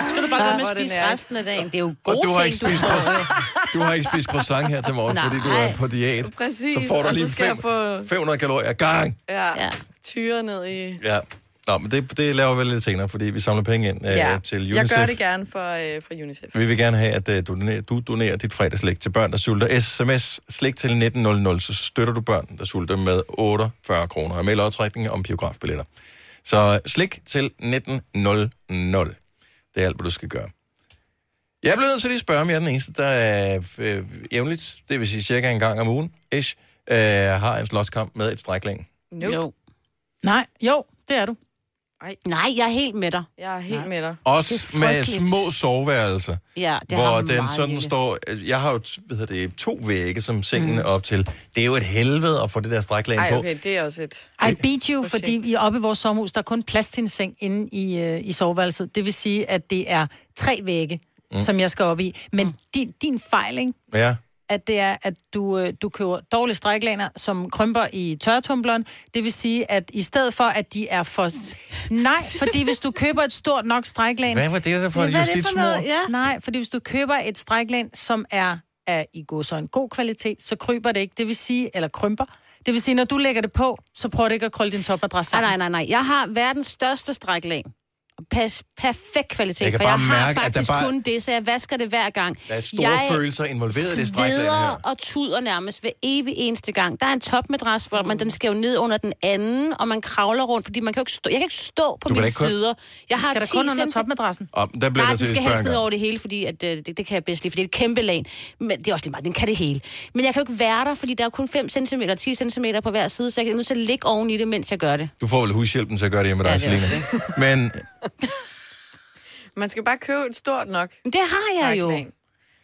D: så skal du bare
C: Ah,
D: gå med
C: hvor
D: at
C: er det
D: spise
C: nært.
D: resten af dagen. Det er jo
A: Og
D: gode
A: du har,
D: ting,
A: ikke spist
D: får.
A: croissant, du har ikke spist croissant her til morgen, fordi du er
D: Nej.
A: på diæt.
B: Præcis,
A: så får du
B: og så
A: lige
B: skal jeg få-
A: 500 kalorier gang.
B: Ja, ja. tyre ned i...
A: Ja. Nå, men det, det laver vi lidt senere, fordi vi samler penge ind øh,
B: Ja,
A: til UNICEF.
B: jeg gør det gerne for, øh, for UNICEF.
A: Vi vil gerne have, at øh, du donerer, du donerer dit fredagslæg til børn, der sulter. SMS slik til 1900, så støtter du børn, der sulter med 48 kroner. Og med lodtrækning om biografbilletter. Så øh, slik til 1900. Det er alt, hvad du skal gøre. Jeg er blevet nødt til lige at spørge, om jeg er den eneste, der er øh, jævnligt, det vil sige cirka en gang om ugen, ish, øh, har en slåskamp med et stræklæng.
B: Nope.
D: Jo.
C: Nej, jo, det er du.
B: Nej.
D: Nej, jeg er helt med dig.
B: Jeg er helt Nej. med dig.
A: Også med små soveværelser.
D: Ja, det har
A: hvor
D: man
A: den
D: meget
A: sådan
D: lille. Mm.
A: står... øh, Jeg har jo hvad hedder det, to vægge, som sengen er op til. Det er jo et helvede at få det der stræklæn
B: Ej,
A: på.
B: okay, det er også et...
C: I beat you, fordi vi er oppe i vores sommerhus. Der er kun plads til en seng inde i, øh, i soveværelset. Det vil sige, at det er tre vægge,
A: Mm.
C: mm. som jeg skal op i. Men din, din fejl, ikke?
A: Ja.
C: at det er, at du, øh, du køber dårlige stræklaner, som krymper i tørretumbleren. Det vil sige, at i stedet for, at de er for... Nej, fordi hvis du køber et stort nok stræklan...
A: Hvad var det der for et
C: Hvad er det
A: justitsmord?
C: noget? Ja. Nej, fordi hvis du køber et stræklan, som er af i god så en god kvalitet, så kryber det ikke. Det vil sige, eller krymper. Det vil sige, når du lægger det på, så prøver det ikke at krølle din topadresse
D: Ah, Nej,
C: sammen.
D: nej, nej, nej. Jeg har verdens største stræklæn. Og Pas, perfekt kvalitet,
A: Jeg kan
D: for jeg
A: bare
D: har
A: mærke, at der
D: faktisk
A: bare-
D: kun det, så jeg vasker det hver gang.
A: Der er store
D: jeg
A: følelser involveret i det stræklæn
D: sveder
A: her.
D: og tuder nærmest hver evig eneste gang. Der er en topmadras, hvor man, den skal jo ned under den anden, og man kravler rundt, fordi man kan jo ikke stå, jeg kan ikke stå
A: Du
D: på
A: kan da
D: mine
A: ikke kun-
D: sider. Jeg har
C: Skal der
D: 10
C: kun under
D: centi-
C: topmadrassen?
A: Og der bliver
D: Nej,
A: der
D: den
A: til
D: skal
A: at spørge
D: helst
A: en
D: ned
A: gang.
D: over det hele, fordi at, øh, det, det kan jeg bedst lide, for det er et kæmpe lag. Men det er også lige meget, den kan det hele. Men jeg kan jo ikke være der, fordi der er kun 5 cm og 10 cm på hver side, så jeg er nødt til at ligge oven i det, mens jeg gør det.
A: Du får vel hushjælpen til at gøre det hjemme med
D: Ja,
A: dig,
D: det er også
A: Selina. Men
B: Man skal bare købe et stort nok.
D: Men det har jeg jo.
B: stræklæn.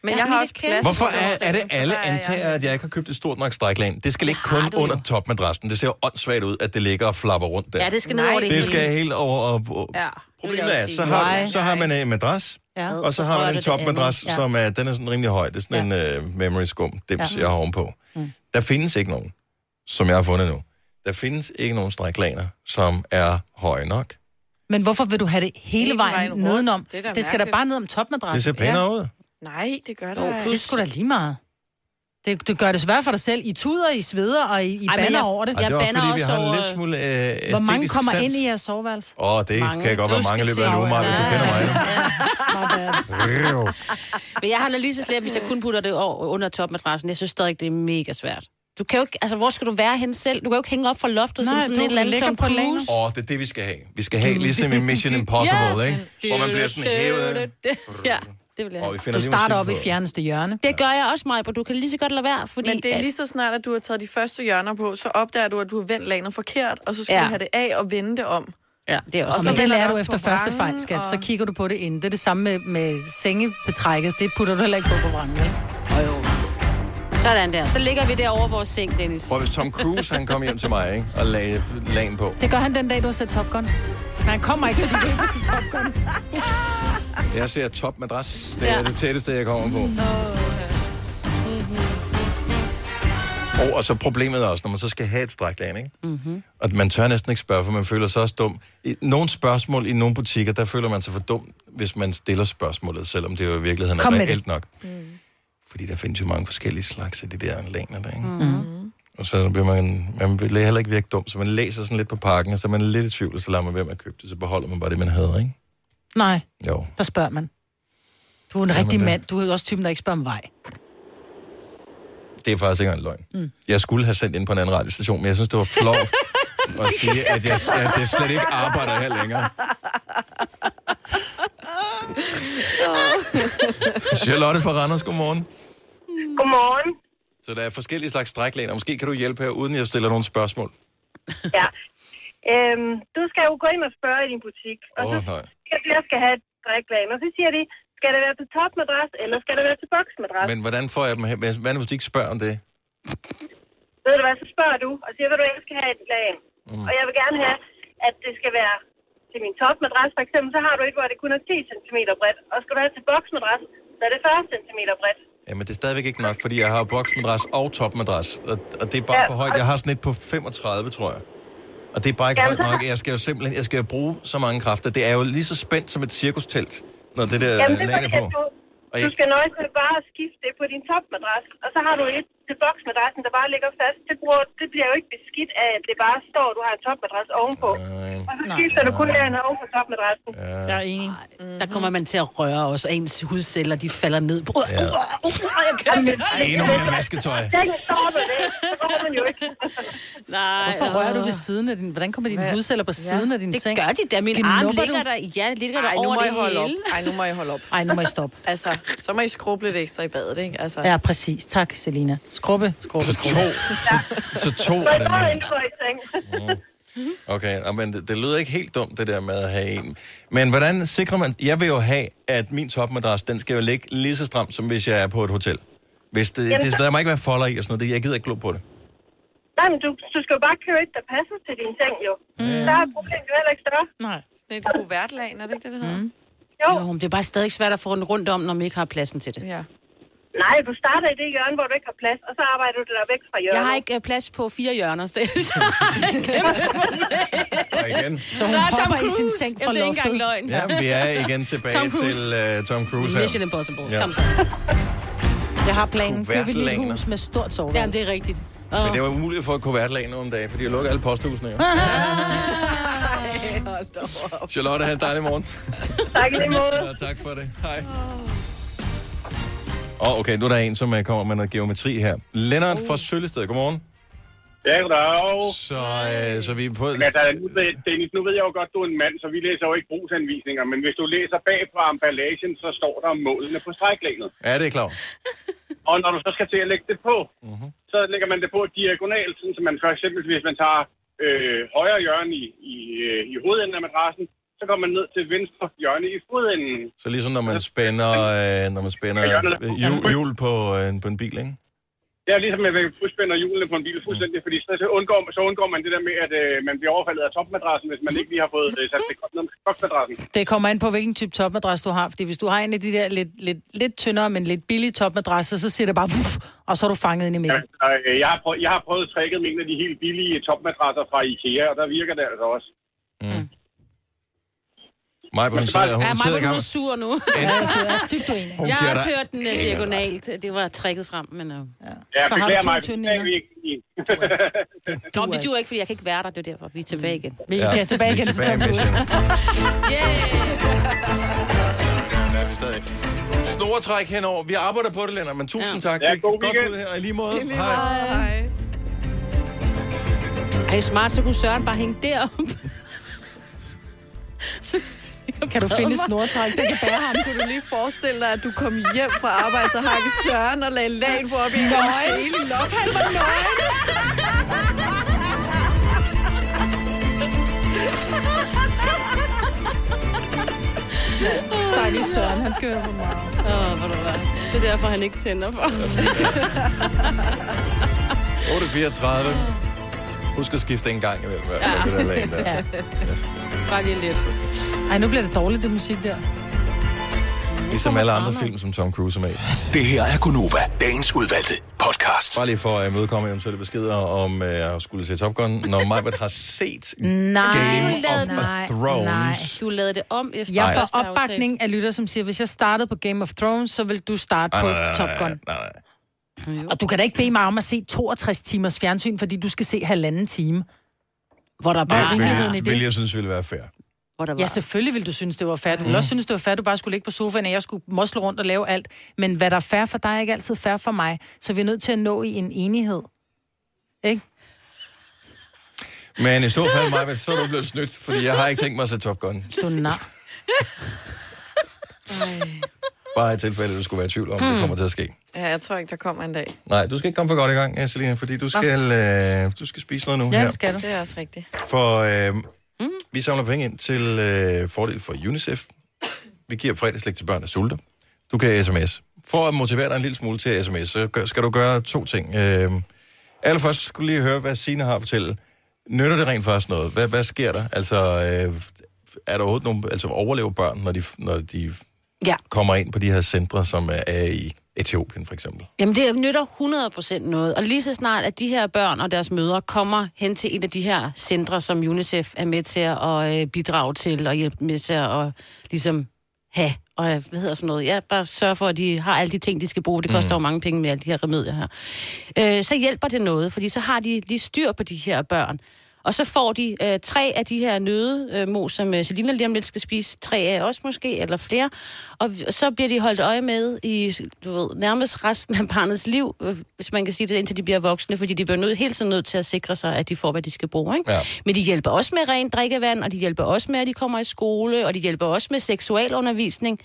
B: Men
D: Ja,
B: jeg
D: men
B: har
D: det
B: også
D: kan-
B: plads.
A: hvorfor
B: til
A: er, er det
B: sengen, så
A: alle
B: der er jeg-
A: antager, at jeg ikke har købt et stort nok stræklæn? Det skal ligge kun
D: har du
A: under
D: jo.
A: topmadrassen. Det ser jo åndssvagt ud, at det ligger og flapper rundt der.
D: Ja, det skal ned over det
A: Det
D: hele.
A: skal helt over... Og, og,
D: Ja,
A: Problemet er, så har, du- så har man en madras,
C: Ja.
A: og så har man en topmadras, som er, den er sådan rimelig høj. Det er sådan en uh, memory skum, dims,
C: Ja.
A: jeg har ovenpå.
C: Mm.
A: Der findes ikke nogen, som jeg har fundet nu. Der findes ikke nogen stræklaner, som er høje nok.
C: Men hvorfor vil du have det hele,
B: Hele vejen
C: vejen,
B: rundt.
C: nedenom?
B: Det er da
C: Det, det skal da
B: mærkeligt.
C: bare ned om topmadrassen.
A: Det ser pænere ud.
B: Nej, det gør det.
C: Nå,
B: ej.
C: plus. Det skulle da lige meget. Det, det gør det svært for dig selv. I tuder, I sveder, og I, I
D: Ej, men
C: banner
D: jeg-
C: over det.
A: Og det er også fordi, vi har en lidt smule øh,
C: Hvor mange
A: æstetisk
C: kommer
A: sans.
C: ind i jeres soveværelse?
A: Åh, oh, det mange.
D: Mange.
A: kan jeg godt
D: Du
A: være mange i
D: skal
A: løbet af en
D: se.
A: uge, Maja. Du
D: Ja.
A: kender mig. jo.
D: Men jeg har da lige så slemt, hvis jeg kun putter det over, under topmadrassen. Jeg synes stadig, det er mega svært. Du kan jo ikke, altså, hvor skal du være hen selv? Du kan jo ikke hænge op fra loftet
C: Nej,
D: som sådan
C: du
D: et eller andet
C: ligger
D: som
C: på laner.
D: cruise.
A: Åh, oh, det er det, vi skal have. Vi skal have ligesom i Mission Impossible, ikke? Hvor man bliver sådan hævet.
D: Ja, det vil jeg.
A: Og vi finder
C: Du
A: lige
C: starter
A: musik
C: op i
A: på.
C: fjerneste hjørne.
D: Det gør jeg også, Maja, du kan lige så godt lade være, fordi...
B: Men det er lige så snart, at du har taget de første hjørner på, så opdager du, at du har vendt lanet forkert, og så skal ja.
D: Ja.
B: du have det af og vende det om.
D: Ja, det er
C: Og
D: også
C: så
D: og
C: det
B: vender det
C: lærer du
B: også
C: efter
B: på
C: første
B: vrangen,
C: fejl, skat.
B: og-
C: Så kigger du på det inden. Det er det samme med, med sengebetrækket. Det putter du heller ikke på på vrangen, vel?
D: Sådan der. Så ligger vi der over vores seng, Dennis.
A: Prøv hvis Tom Cruise, han kom hjem til mig, ikke? Og lagde lagen på.
C: Det gør han den dag, du har set Top Gun. Nej, han kommer ikke, fordi det ikke er sin Top Gun.
A: Jeg ser topmadras. Det er
C: Ja.
A: det tætteste, jeg kommer på.
M: Mm-hmm.
A: Og, og så problemet er også, når man så skal have et strækland, ikke?
M: Mm-hmm.
A: Og man tør næsten ikke spørge, for man føler sig også dum. I nogle spørgsmål i nogle butikker, der føler man sig for dum, hvis man stiller spørgsmålet, selvom det jo i virkeligheden
M: Kom
A: er
M: med det.
A: reelt nok. Mm. Fordi der findes jo mange forskellige slags af de der længder der, ikke?
M: Mm-hmm.
A: Mm-hmm. Og så bliver man, man vil heller ikke virke dum, så man læser sådan lidt på pakken, og så er man lidt i tvivl, og så lader man være med at købe det, så beholder man bare det, man havde, ikke?
C: Nej,
A: Jo.
C: der spørger man. Du er en
A: Jamen,
C: rigtig
A: det-
C: mand. Du er også typen, der ikke spørger om vej.
A: Det er faktisk ikke engang løgn.
C: Mm.
A: Mm. Jeg skulle have sendt ind på en anden radiostation, men jeg synes, det var flot at sige, at jeg, at jeg slet ikke arbejder her længere. Charlotte fra Randers, godmorgen.
N: Godmorgen.
A: Så der er forskellige slags stræklæner. Måske kan du hjælpe her, uden jeg stiller nogle spørgsmål.
N: Ja. Øhm, du skal jo gå ind og spørge i din butik. Og
A: Åh,
N: så
A: oh, nej.
N: siger du, jeg skal have et drikkelag. Og så siger de, skal det være til topmadras, eller skal det være til boksmadras? Men...
A: Men hvordan får jeg dem her? Hvad nu, hvis de ikke spørger om det?
N: Ved du hvad, så spørger du, og siger, ved du, hvad, jeg skal have et lag. Mm. Og jeg vil gerne have, at det skal være til min topmadras. For eksempel, så har du et, hvor det kun er 10 cm bredt. Og skal du have til boksmadras, så er det 40 cm bredt.
A: Jamen, det er stadigvæk ikke nok, fordi jeg har jo boksmadras og topmadras, og, og det er bare
N: Ja,
A: for højt.
N: og-
A: Jeg har sådan et på 35, tror jeg. Og det er bare ikke
N: Jamen,
A: højt
N: så-
A: nok. Jeg skal jo simpelthen jeg skal jo bruge så mange kræfter. Det er jo lige så spændt som et cirkustelt, når det der
N: Jamen, det
A: lag
N: er fordi,
A: er på.
N: at du,
A: Og
N: du
A: jeg-
N: skal nøjes med bare at skifte det på din topmadras, og så har du et til boksmadrassen, der bare ligger fast. Det, bruger, det bliver jo ikke beskidt af, at det bare står, at du har en topmadras ovenpå. og så skifter du kun lagene oven på topmadrassen.
D: Der er ingen. Der kommer man til at røre os, og ens hudceller, de falder ned. Uh, uh, uh, uh, jeg kan ikke.
A: Endnu mere vasketøj.
N: Den står med det. Så går man jo ikke.
D: Nej.
C: Hvorfor rører du ved siden af din... Hvordan kommer dine hudceller på siden af din
D: det
C: seng?
D: gør de da. Min arm ligger der, ja, det ligger der
B: Ej, nu
D: over
B: må
D: det
B: I holde
D: hele.
B: op. Ej, nu må I holde op.
C: Ej, nu må I stoppe.
B: altså, så må I skrubbe lidt ekstra i badet, ikke? Altså.
C: Ja, præcis. Tak, Selina. Skrubbe, skrubbe, skrubbe.
A: Så to
N: Så
A: af dem.
N: går du ind for i seng.
A: Mm-hmm. Okay, og men det, det lyder ikke helt dumt, det der med at have en. Men hvordan sikrer man... Jeg vil jo have, at min topmadras, den skal jo ligge lige så stramt, som hvis jeg er på et hotel. Hvis det,
N: Jamen,
A: det,
N: så-
A: der må ikke være folder i og sådan noget. Det- Jeg gider ikke glo på det.
N: Nej, men du, du skal jo bare købe et, der passer til din seng, jo. Mm. Der er problemet jo heller ikke større.
C: Nej.
B: Sådan et kuvertlag, er det ikke det, det hedder? Mm.
D: Jo. men det er bare stadig svært at få den rundt om, når man ikke har pladsen til det.
B: Ja.
N: Nej, du starter i det hjørne, hvor du ikke har plads, og så arbejder du dig væk fra hjørnet.
D: Jeg har ikke øh, plads på fire hjørner, så, så
A: Og igen.
C: Så hun
D: er Tom
C: hopper i sin
D: Cruise.
C: seng fra
D: Jamen, det er ikke
C: loftet.
D: engang løgn.
A: Ja, vi er igen tilbage
D: Tom Cruise.
A: til uh, Tom Cruise
D: Mission
A: her.
D: Impossible.
A: Ja.
D: Ja. Kom så.
C: Jeg har planen. Køb et lille
A: Kuvertlaner.
C: hus med stort soveværelse.
D: Jamen, det er rigtigt.
A: Men det var umuligt at få et kuvertlag nu om dagen, fordi jeg lukker alle posthusene. jo. Charlotte, have en dejlig morgen.
N: Tak i lige måde.
A: Ja, tak for det. Hej. Og okay, nu er der en, som øh, kommer med noget geometri her. Lennart fra Søllested, godmorgen.
O: Ja, goddag.
A: Så, øh, så vi er på...
O: Men altså, nu ved, Dennis, nu ved jeg jo godt, du er en mand, så vi læser jo ikke brugsanvisninger, men hvis du læser bag på emballagen, så står der målene på stræklænet.
A: Ja, det er klart.
O: Og når du så skal til at lægge det på, mm-hmm. så lægger man det på diagonalt, sådan, så man for eksempel, hvis man tager øh, højre hjørne i, i, øh, i hovedenden af madrassen, så kommer man ned til venstre hjørne i fodenden.
A: Så ligesom når man spænder, øh, når man spænder øh, hjul, hjul på, øh, en- på en bil, ikke?
O: Det er ligesom, at man spænder hjulene på en bil fuldstændig, fordi så, så, undgår, så undgår man det der med, at øh, man bliver overfaldet af topmadrassen, hvis man ikke lige har fået øh, sat det godt ned med topmadrassen.
C: Det kommer an på, hvilken type topmadras du har. Fordi hvis du har en af de der lidt, lidt, lidt tyndere, men lidt billige topmadrasser, så siger det bare, vuff, og så er du fanget ind i midten.
O: Og, øh, jeg, har prøvet, jeg har prøvet tricket med en af de helt billige topmadrasser fra Ikea, og der virker det altså også.
A: Maja, hun sidder,
D: Ja,
A: hun sidder i
D: mig, hun er
A: gang.
D: sur nu.
C: Ja, jeg er dybt uenig.
A: Hun
D: Jeg
A: giver
D: har også
A: dig
D: hørt den øh, diagonalt. Det var trækket frem, men...
O: Ja,
D: øh, Så har du
O: beklager
D: to
O: mig.
D: tynde
O: beklager vi ikke lige.
D: Nå, men det duer ikke, fordi jeg kan ikke være der. Det er derfor, vi er tilbage igen.
C: Vi er Ja, tilbage vi er igen til tilbage Tom med Cruise.
A: Der er vi stadig. Snoretræk henover. Vi arbejder på det, Lennart, men tusind ja. tak.
D: Ja,
A: Det er
D: god
A: godt
D: weekend.
A: ud her. I lige måde.
D: I lige
A: Hej.
B: Hej.
D: Ej, smart, så kunne Søren bare hænge deroppe. så...
C: Kan du finde et snortræk, der kan bære ham?
B: Kunne du lige forestille dig, at du kom hjem fra arbejde, så hakkede Søren og lagde lagen på op i en
C: Nøgen.
B: hele lop. Han var nøgen.
C: Stakke Søren, han skal høre på mig.
D: Åh, oh, hvor du var. Det er derfor, han ikke tænder for os.
A: 8.34. Husk at skifte en gang imellem. Ja. Det der lag der.
C: Ja. Bare lige lidt. Ej, nu bliver det dårligt, det musik der.
A: Ligesom alle andre film, som Tom Cruise er med i. Det her er Gunova, dagens udvalgte podcast. Bare lige for at øh, imødekomme eventuelle beskeder om øh, at skulle se Top Gun, når Majbert har set
B: Mm,
C: Nej,
A: Game
C: du
A: of
C: lavede- nej,
A: Thrones.
D: Du lavede det om efter
C: Jeg
A: Nej.
C: får opbakning af lytter, som siger, hvis jeg startede på Game of Thrones, så vil du starte
A: Nej,
C: på
A: nej, nej,
C: Top
A: nej,
C: Gun.
A: Nej, nej.
C: Og du kan da ikke bede mig om at se 62 timers fjernsyn, fordi du skal se halvanden time. Hvor der bare er
A: Det
C: rimeligheden i
A: vil,
C: det.
A: vil jeg synes ville være fair.
D: Hvor der
C: Ja, selvfølgelig ville du synes, det var fair. Du ville
A: Mm.
C: også synes, det var fair, du bare skulle ligge på sofaen, og jeg skulle mosle rundt og lave alt. Men hvad der er fair for dig, er ikke altid fair for mig. Så vi er nødt til at nå i en enighed. Ikke?
A: Men i så fald, Majbert, så er du blevet snydt, fordi jeg har ikke tænkt mig at se Top Gun.
C: Du er nar.
A: Bare i tilfælde, du skulle være i tvivl om, mm. det
B: Mm.
A: kommer til at ske.
B: Ja, jeg tror ikke, der kommer en dag.
A: Nej, du skal ikke komme for godt i gang, ja, Selina, fordi du skal, øh, du skal spise noget nu.
B: Ja,
A: her.
B: det skal du. Det er også rigtigt.
A: For øh, mm. vi samler penge ind til øh, fordel for UNICEF. Vi giver fredagslæg til børn, der sulter. Du kan sms. For at motivere dig en lille smule til at sms, så gør- skal du gøre to ting. Øh, allerførst skulle jeg lige høre, hvad Signe har at fortælle. Nytter det rent faktisk noget? Hvad, hvad sker der? Altså, øh, er der overhovedet nogen, altså overlever børn, når de, når de
D: Ja.
A: kommer ind på de her centre, som er, er i Etiopien for eksempel?
D: Jamen, det nytter 100% noget. Og lige så snart, at de her børn og deres mødre kommer hen til en af de her centre, som UNICEF er med til at øh, bidrage til og hjælpe med til at og ligesom have, og øh, hvad hedder sådan noget, ja, bare sørge for, at de har alle de ting, de skal bruge. Det koster
M: Mhm.
D: mm. jo mange penge med alle de her remedier her. Øh, så hjælper det noget, fordi så har de lige styr på de her børn. Og så får de øh, tre af de her nødemos, som øh, Selina lige om lidt skal spise tre af også måske, eller flere. Og v- så bliver de holdt øje med i du ved, nærmest resten af barnets liv, øh, hvis man kan sige det, indtil de bliver voksne, fordi de bliver nødt, hele tiden nødt til at sikre sig, at de får, hvad de skal bruge. Ikke?
A: Ja.
D: Men de hjælper også med rent drikkevand, og de hjælper også med, at de kommer i skole, og de hjælper også med seksualundervisning.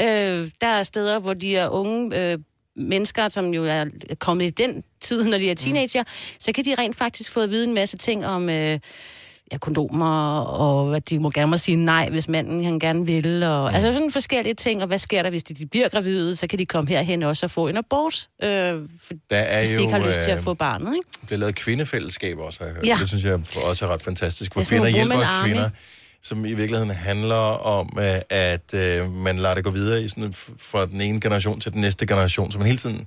D: Øh, der er steder, hvor de er unge øh, mennesker, som jo er kommet i den tid, når de er teenager, mm. så kan de rent faktisk få at vide en masse ting om øh, ja, kondomer, og at de må gerne må sige nej, hvis manden han gerne vil. Og, mm. Altså sådan forskellige ting, og hvad sker der, hvis de, de bliver gravide, så kan de komme herhen også og få en abort, øh, for,
A: Der er
D: hvis de ikke
A: jo,
D: har lyst til
A: øh,
D: at få barnet. Ikke?
A: bliver lavet kvindefællesskaber også, har jeg hørt. Ja.
D: Ja.
A: Det synes jeg også er ret fantastisk, hvor
D: Ja, sådan
A: kvinder hjælper
D: nogle woman army.
A: kvinder, som i virkeligheden handler om, øh, at øh, man lader det gå videre i sådan, f- fra den ene generation til den næste generation, så man hele tiden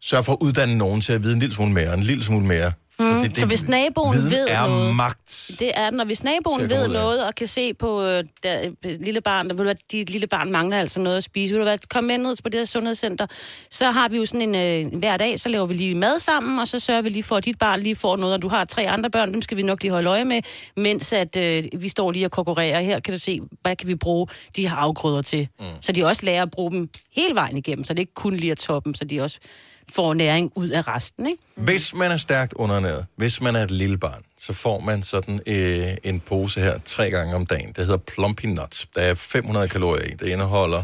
A: sørger for at uddanne nogen til at vide en lille smule mere, og en lille smule mere.
D: Mm.
A: Fordi det-
D: så hvis naboen
A: viden
D: ved
A: er
D: noget...
A: magt.
D: Det er den, og hvis
A: Til
D: naboen
A: at komme
D: ved
A: ud af.
D: noget og kan se på øh, der, øh, lille barn, der, ved du hvad, dit lille barn mangler altså noget at spise, ved du hvad, kom med ned på det her sundhedscenter, så har vi jo sådan en, øh, hver dag, så laver vi lige mad sammen, og så sørger vi lige for, at dit barn lige får noget, og du har tre andre børn, dem skal vi nok lige holde øje med, mens at øh, vi står lige og konkurrerer, her kan du se, hvad kan vi bruge de her afgrøder til, mm. så de også lærer at bruge dem hele vejen igennem, så det ikke kun lige er toppen, så de også får næring ud af resten, ikke?
A: Hvis man er stærkt underernæret, hvis man er et lille barn, så får man sådan øh, en pose her tre gange om dagen. Det hedder Plumpy Nuts. Der er 500 kalorier i. Det indeholder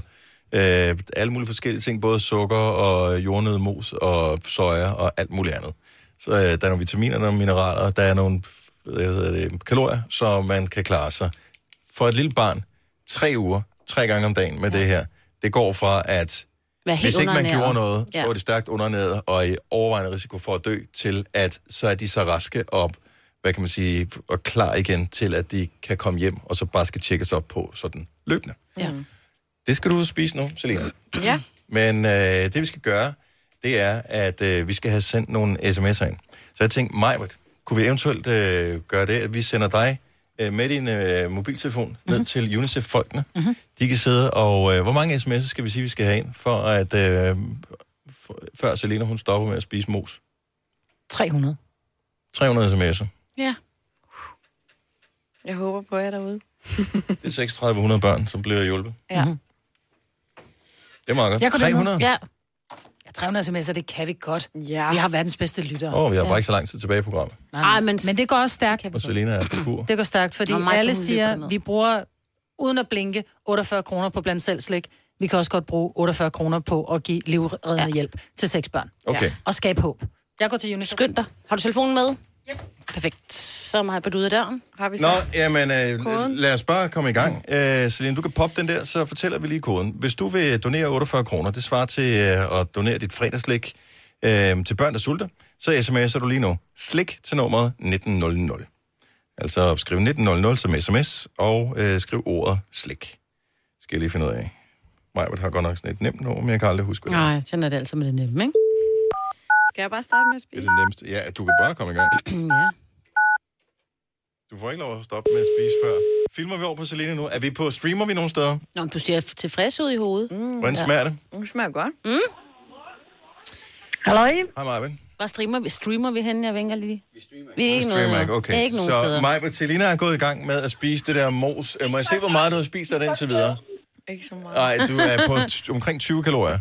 A: øh, alle mulige forskellige ting, både sukker og jordnødmos og soja og alt muligt andet. Så øh, der er nogle vitaminer, der er nogle mineraler, der er nogle hvad hedder det, kalorier, så man kan klare sig. For et lille barn, tre uger, tre gange om dagen med det her, det går fra at
D: Være helt
A: hvis ikke man gjorde
D: underernæret.
A: noget, så
D: Ja.
A: var de stærkt undernæret og i overvejende risiko for at dø, til at så er de så raske op, hvad kan man sige, og klar igen til, at de kan komme hjem, og så bare skal tjekkes op på sådan løbende.
D: Ja.
A: Det skal du spise nu, Selina.
B: Ja.
A: Men øh, det vi skal gøre, det er, at øh, vi skal have sendt nogle sms'er ind. Så jeg tænkte, Majbert, kunne vi eventuelt øh, gøre det, at vi sender dig øh, med din øh, mobiltelefon ned
D: Mhm.
A: mm-hmm. til UNICEF-folkene. Mm-hmm. De kan sidde og... Øh, hvor mange sms'er skal vi sige, vi skal have ind, for at... Øh, for, før Selena, hun stopper med at spise mos?
C: 300.
A: 300 sms'er.
D: Ja.
B: Jeg håber på jer derude.
A: Det er 3600 børn, som bliver hjulpet.
C: Ja. Mm-hmm.
A: Det er meget godt. 300?
C: Ja. Ja, 300 sms'er, det kan vi godt. Ja. Vi har verdens bedste lyttere.
A: Åh, oh, vi har bare ikke så lang tid tilbage i programmet.
C: Nej, nej. men... men det går også stærkt.
A: Og Selena er på kur.
C: Det går stærkt, fordi
A: Nå,
C: Nå,
A: Maj,
C: alle
A: hun løber
C: siger,
A: ned.
C: vi bruger, uden at blinke, 48 kroner på blandt selv slik. Vi kan også godt bruge 48 kroner på at give livreddende ja. hjælp til seks børn.
A: Okay. Ja.
C: Og skabe håb. Jeg går til UNICEF.
D: Skynd dig. Har du telefonen med? Yep. Perfekt. Så har jeg bedt ud af døren.
B: Har vi
A: Nå, jamen, øh,
D: Koden?
A: lad os bare komme i gang. Øh, Celine, du kan poppe den der, så fortæller vi lige koden. Hvis du vil donere 48 kroner, det svarer til øh, at donere dit fredagslæg øh, til børn, der sulter, så sms'er du lige nu slik til nummeret 1900. Altså skriv 1900 som sms, og øh, skriv ordet slik. Skal jeg lige finde ud af. Majbert har godt nok sådan et nemt nummer, men jeg kan aldrig huske, hvad det er.
D: Nej, sådan er det altid med det nemme, ikke?
B: Skal jeg bare starte med at
A: Det er
B: spise?
A: det nemmeste. Ja, du kan bare komme i gang.
D: ja.
A: Du får ikke lov at stoppe med at spise før. Filmer vi over på Selene nu? Er vi på, streamer vi nogen steder?
D: Nå, men du ser tilfreds ud i hovedet. Mm,
A: Hvordan smager det?
B: Det smager godt.
D: Mm.
N: Hallo?
A: Hej Majbert.
D: Hvor streamer vi? Streamer vi henne? Jeg vinker lige. Vi streamer. Vi er ikke
A: Streamer
D: noget.
A: ikke, okay.
D: Det er ikke nogen
A: så
D: steder.
A: Majbert Selina er gået i gang med at spise det der mos. Øh, Må jeg se, hvor meget du har spist af den til videre?
B: Ikke så meget.
A: Nej, du er på t- omkring 20 kalorier.
B: Jeg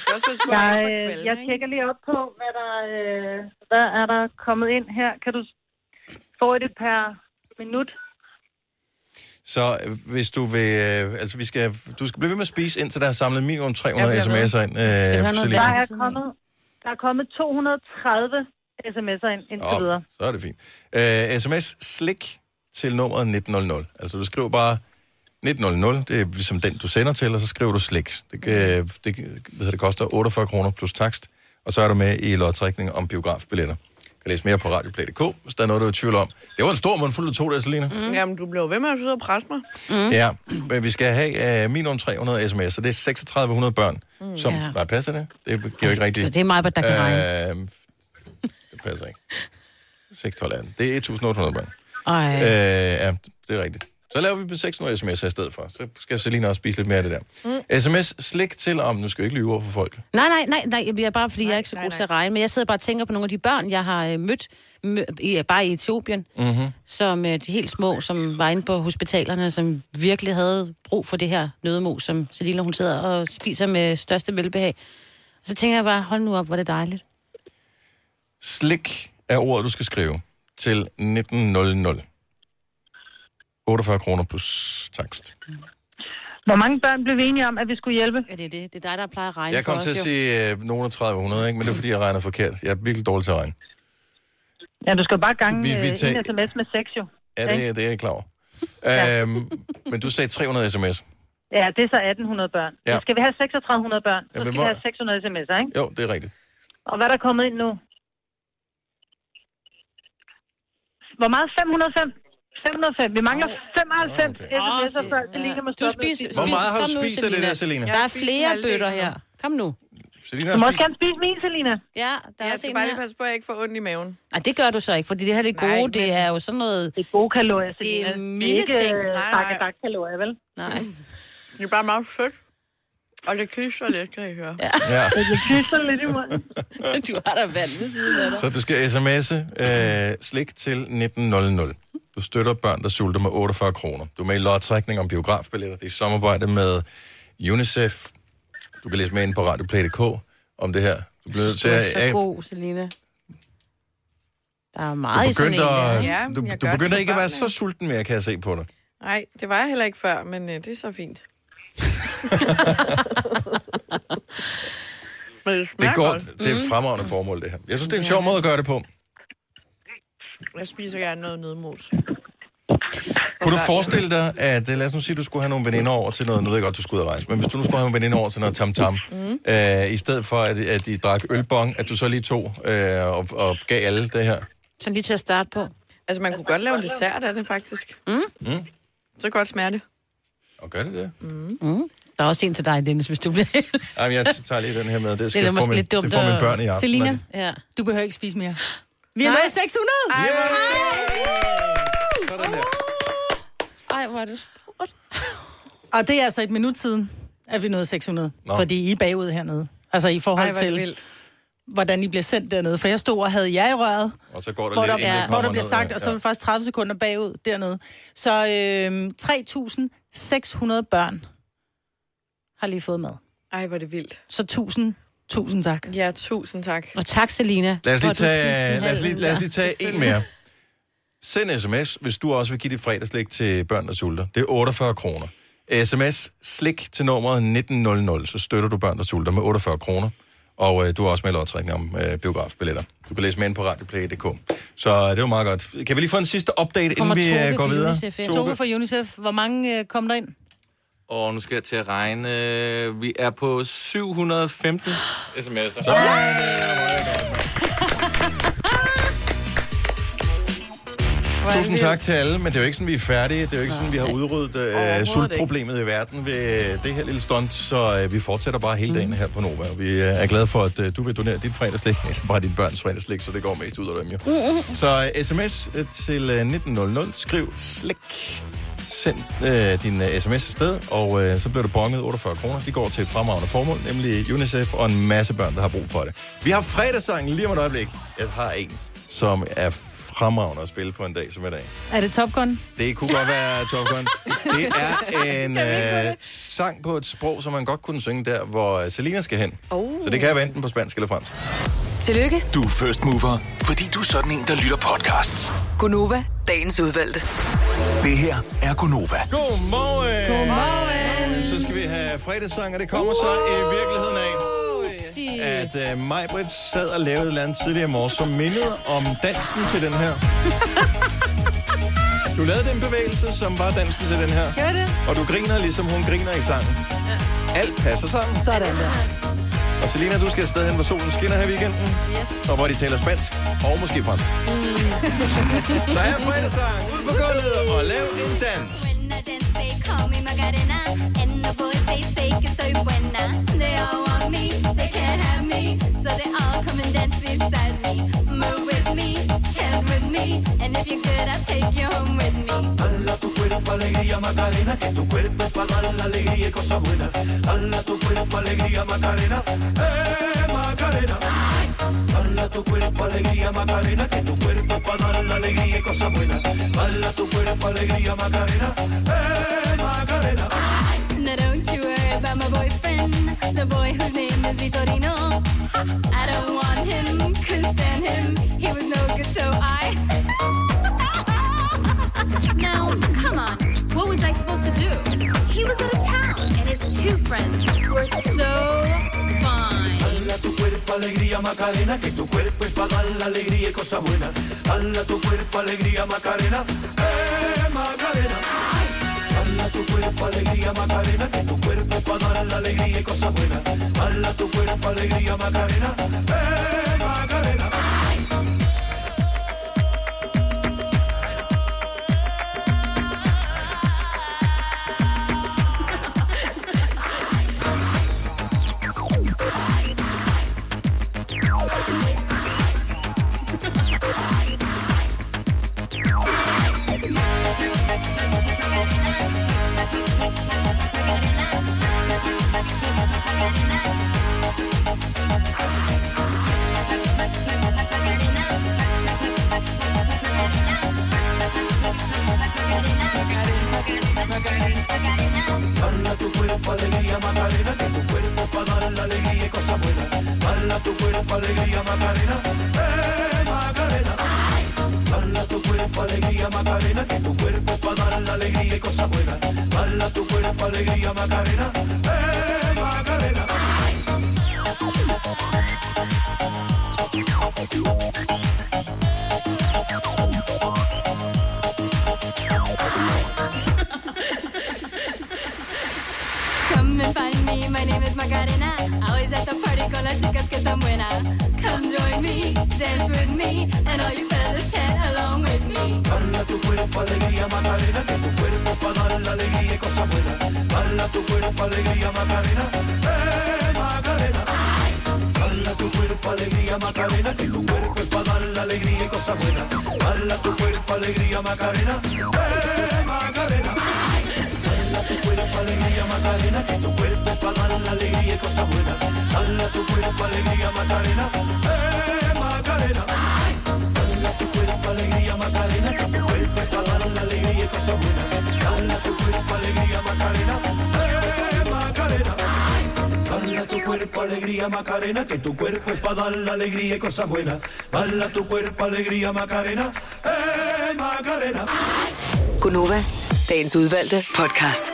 B: skal også passe på,
J: jeg,
B: at jeg
J: øh,
B: får kvalme,
J: jeg tjekker lige op på, hvad der, øh, hvad er der kommet ind her. Kan du få det per minut?
A: Så øh, hvis du vil... Øh, altså, vi skal, du skal blive ved med at spise, indtil der er samlet minimum 300
J: Jeg bliver ved.
A: sms'er ind,
J: Skal
A: øh,
J: der,
A: Selina.
J: er kommet, der er kommet 230 sms'er ind indtil
A: Nå,
J: videre.
A: så er det fint. Øh, sms slik til nummeret 1900. Altså, du skriver bare 1900, det er ligesom den, du sender til, og så skriver du slik. Det, kan, det, kan- hvad hedder det koster 48 kroner plus takst, og så er du med i lodtrækning om biografbilletter. Du kan læse mere på radioplay.dk, hvis der er noget, du er i tvivl om. Det var en stor mundfuld af to der, Selina.
B: Mm. Jamen, du blev ved med at sidde og presse mig. Mm.
A: Ja, men vi skal have øh, minimum 300 sms'er. Det er 3600 børn,
B: Mm.
A: mm, som...
B: Ja.
A: Ja. Nej, passer det? Det giver jo ikke rigtigt.
D: Det er mig, der kan
A: regne. Øh, det passer ikke. 6, 12, 18. Det er 1800 børn.
D: Ej.
A: Øh, ja, det er rigtigt. Så laver vi med 600 sms'er i stedet for. Så skal Selina også spise lidt mere af det der. Mm. Sms slik til om... Nu skal jeg ikke lyve over for folk.
D: Nej, nej, nej, nej, jeg bliver bare, fordi nej, jeg er ikke så god til at regne, men jeg sidder bare og tænker på nogle af de børn, jeg har øh, mødt, mø, i, bare i Etiopien,
A: Mm-hmm.
D: som øh, de helt små, som var inde på hospitalerne, som virkelig havde brug for det her nødemos, som Selina, hun sidder og spiser med største velbehag. Og så tænker jeg bare, hold nu op, hvor er det dejligt.
A: Slik er ordet, du skal skrive til 1900. 48 kroner plus takst.
J: Hvor mange børn blev vi enige om, at vi skulle hjælpe?
D: Ja, det er det. Det er dig, der plejer at regne
A: Jeg kom til at sige øh, nogen af 3000, ikke? men det er fordi, jeg regner forkert. Jeg er virkelig dårlig til at regne.
J: Ja, du skal bare gange
A: Vi-
J: vi,
A: vi
J: vi
A: tager-
J: en sms med 6 jo.
A: Ja, det, det er jeg klar over. Øhm, men du sagde 300 sms.
J: Ja, det er så 1800 børn.
A: Ja.
J: Ja. Nu skal vi have 3600 børn. Så
A: Ja, men
J: skal
A: hvor-
J: vi have 600 sms'er, ikke?
A: Jo, det er rigtigt.
J: Og hvad er der kommet ind nu? Hvor meget? 505? 505. Vi mangler 95 oh, okay. sms'er, før det lige kan man
D: Du
J: stoppe med at
D: spiser,
J: spise.
A: Hvor meget har du spist af det der, Selina?
D: Der er flere bøtter her. Kom nu.
A: Selina
J: Du må
A: har
J: også
A: spist...
J: gerne spise min, Selina.
D: Ja, der er
B: jeg
D: også
B: skal
D: en
B: bare
D: her.
B: lige passe på, at jeg ikke får ondt i maven.
D: Nej, det gør du så ikke, fordi det her det gode,
B: Nej,
D: Nej, det er jo sådan noget...
J: Det er gode kalorier,
D: Det
J: Selina.
D: er milde
J: ikke,
D: ting.
J: øh,
D: Nej, nej.
J: kalorier, vel?
D: Nej.
B: Det er bare meget sødt. Og det kysser lidt, kan I høre.
D: Ja.
A: Ja.
J: Det kysser lidt i munden.
D: Du har da vand ved siden af dig.
A: Så du skal sms'e øh, slik til 1900. Du støtter børn, der sulter med 48 kroner. Du er med i lodtrækning om biografbilletter. Det er i samarbejde med UNICEF. Du kan læse med ind på radioplay.dk om det her. Du bliver nødt til
D: Du er
A: at...
D: så god, Selina. Der er
A: Du
D: meget i sådan en.
A: begyndte, at,
B: Ja, men
A: du,
B: jeg
A: du
B: gør det
A: begyndte
B: for
A: ikke at være så
B: børnene.
A: sulten mere, kan jeg se på dig.
B: Nej, det var jeg heller ikke før, men øh, det er så fint. men det smager
A: Det går
B: godt. Mm.
A: til et fremragende formål, det her. Jeg synes, det er en sjov måde at gøre det på.
B: Jeg spiser gerne noget Altså, nødmos.
A: Kunne du forestille dig, at øh, lad os nu sige, at du skulle have nogle veninder over til noget, nu ved jeg godt, du skulle ud at rejse, men hvis du nu skulle have nogle veninder over til noget tamtam, mm. øh, i stedet for, at, at I drak ølbong, at du så lige tog øh, og, og gav alle det her.
D: Sådan lige til at starte på.
B: Altså, man kunne godt lave en dessert af det, faktisk. Mm.
A: Mm.
B: Så godt smager det.
A: Og gør det det?
D: Mm. Der er også en til dig, Dennis, hvis du bliver... det
A: Jamen, jeg tager lige den her med. Det, skal
D: da
A: det, få min, det får mine børn i aften.
C: Selina,
D: ja.
C: du behøver ikke spise mere. Vi har
D: Nej.
C: nået 600!
A: Yay! Sådan der.
D: Ej, hvor er det stort.
C: Og det er altså et minut siden, at vi nåede 600.
D: Nå.
C: Nå. Fordi I er bagud hernede. Altså i forhold
D: Ej, hvor er
C: Ej,
D: det
C: til,
D: vildt.
C: hvordan I bliver sendt dernede. For jeg stod og havde jer i røret,
A: Og så går der
C: hvor
A: lidt,
C: der,
A: inden det
C: ja.
A: kommer
C: hvor der bliver
A: ned,
C: sagt,
A: ja.
C: og så er det faktisk 30 sekunder bagud dernede. Så øhm, øh, 3.600 børn har lige fået mad.
B: Ej, hvor er det vildt.
C: Så tusind, tusind tak.
B: Ja, tusind tak.
D: Og tak, Selina.
A: Lad os lige
D: for,
A: tage,
D: at du spiste en
A: lad os
D: halv
A: lige, lad os
D: liter.
A: lige tage en mere. Send sms, hvis du også vil give dit fredagslik til børn, der sulter. Det er 48 kroner. Sms slik til nummeret 1900, så støtter du børn, der sulter med 48 kroner. Og øh, du er også med i lodtrækning om øh, biografbilletter. Du kan læse mere ind på radioplay.dk. Så øh, det var meget godt. Kan vi lige få en sidste update,
C: Kommer
A: inden vi
C: Toge
A: øh, går
C: fra
A: videre?
C: UNICEF, ja. Toge fra UNICEF, hvor mange øh, kom der ind?
M: Og nu skal jeg til at regne. Vi er på 715 sms'er.
A: Sådan der, hvor er
B: Hvor er det
A: Tusind
B: vildt.
A: tak til alle, men det er jo ikke sådan, vi er færdige. Det er jo ikke sådan, vi har udryddet øh, sultproblemet i verden ved øh, det her lille stunt, så øh, vi fortsætter bare hele
B: Mm.
A: dagen her på Nova. Og Vi øh, er glade for, at øh, du vil donere dit fredagslik, eller bare dit børns fredagslik, så det går mest ud af dem jo. Så øh, sms til øh, 1900, skriv slik, send øh, din øh, sms afsted, og øh, så bliver du bonget 48 kroner. De går til et fremragende formål, nemlig UNICEF og en masse børn, der har brug for det. Vi har fredagssangen lige om et øjeblik. Jeg har en, som er fremragende at spille på en dag som i dag.
C: Er det Top Gun?
A: Det kunne godt være Top Gun. Det er en øh, sang på et sprog, som man godt kunne synge der, hvor øh, Selina skal hen.
F: Oh.
A: Så det kan være enten på spansk eller fransk.
F: Tillykke,
G: Du er first mover, fordi du er sådan en, der lytter podcasts.
F: Gunova, dagens udvalgte.
G: Det her er Gonova.
A: Godmorgen! Godmorgen! Så skal vi have fredagssang, og det kommer så i virkeligheden af, at øh, Majbrit sad og lavede et eller andet tidligere i morges, som mindede om dansen til den her. Du lavede den bevægelse, som var dansen til den her.
K: Gør det?
A: Og du griner, ligesom hun griner i sangen. Alt passer sammen.
K: Sådan der.
A: Og Selina, du skal afsted hen, hvor solen skinner her i weekenden. Yes. Og hvor de taler spansk, og måske fransk.
K: Mm.
A: Så her er fredagssang, ud på gulvet og lav en dans.
M: They call me Macarena, and the boys they say que soy buena. They all want me, they can't have me, so they all come and dance beside me. Move with me, chant with me, and if you're good, I'll take you home with me.
L: Hala tu cuerpo, alegría, Macarena, que tu cuerpo es para dar la alegría y cosas buenas. Hala tu cuerpo, alegría, Macarena, eh, Macarena. Hala tu cuerpo, alegría, Macarena, que tu cuerpo es para dar la alegría y cosas buenas. Hala tu cuerpo, alegría, Macarena, eh, Macarena.
M: Now don't you worry about my boyfriend, the boy whose name is Vitorino. I don't want him, couldn't stand him. He was no good, so I. now, come on, what was I supposed to do? He was out of town, and his two friends were so fine.
L: Hala tu cuerpo, alegría, Macarena, que tu cuerpo es para dar la alegría y cosas buenas. Hala tu cuerpo, alegría, Macarena, eh, Macarena. Hala tu cuerpo, alegría, Macarena, que tu cuerpo es para dar la alegría y cosas buenas. Hala tu cuerpo, alegría, Macarena, eh, Macarena. Hala tu cuerpo, alegría, Macarena, que tu cuerpo es para dar la alegría y cosas buenas. Hala tu cuerpo, alegría, Macarena, eh, Macarena. Hala tu cuerpo, alegría, Macarena, que tu cuerpo es para dar la alegría y cosas buenas. Hala tu cuerpo, alegría, Macarena, eh, Macarena.
M: Come and find me, my name is Macarena. Always at the party con las chicas que están buena. Come join me, dance with me, and all you fellas chat along with me.
L: Hala tu cuerpo, alegría, Macarena, que tu cuerpo es para dar la alegría y cosas buenas. Hala tu cuerpo, alegría, Macarena, eh, Macarena. Hala tu cuerpo, alegría, Macarena, que tu cuerpo es para dar la alegría y cosas buenas. Hala tu cuerpo, alegría, Macarena, eh, Macarena. Hala tu cuerpo, alegría, Macarena, que tu cuerpo es para dar la alegría y cosas buenas. Hala tu cuerpo, alegría, Macarena, eh, Macarena. Hala tu cuerpo, alegría, Macarena, que tu cuerpo es para dar la alegría y cosas buenas. Hala tu cuerpo, alegría, Macarena, eh, Macarena. Hala tu cuerpo, alegría, Macarena, que tu cuerpo es para dar la alegría y cosas buenas. Hala tu cuerpo, alegría, Macarena, eh, Macarena.
F: Gunova, dagens udvalgte podcast.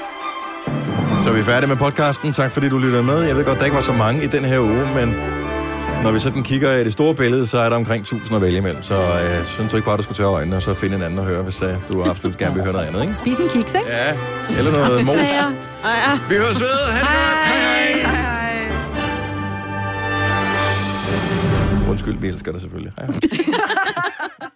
A: Så er vi færdige med podcasten. Tak fordi du lyttede med. Jeg ved godt, der ikke var så mange i den her uge, men når vi sådan kigger i det store billede, så er der omkring 1000 at vælge imellem. Så jeg øh, synes du ikke bare, du skulle tørre øjnene og så finde en anden at høre, hvis øh, du absolut gerne vil høre noget andet, ikke?
K: Spis en kiks, ikke?
A: Ja, eller noget mos. Vi høres ved. Ha' det
K: Hej. Hej.
A: godt. Undskyld, vi elsker dig selvfølgelig. Hej, hej.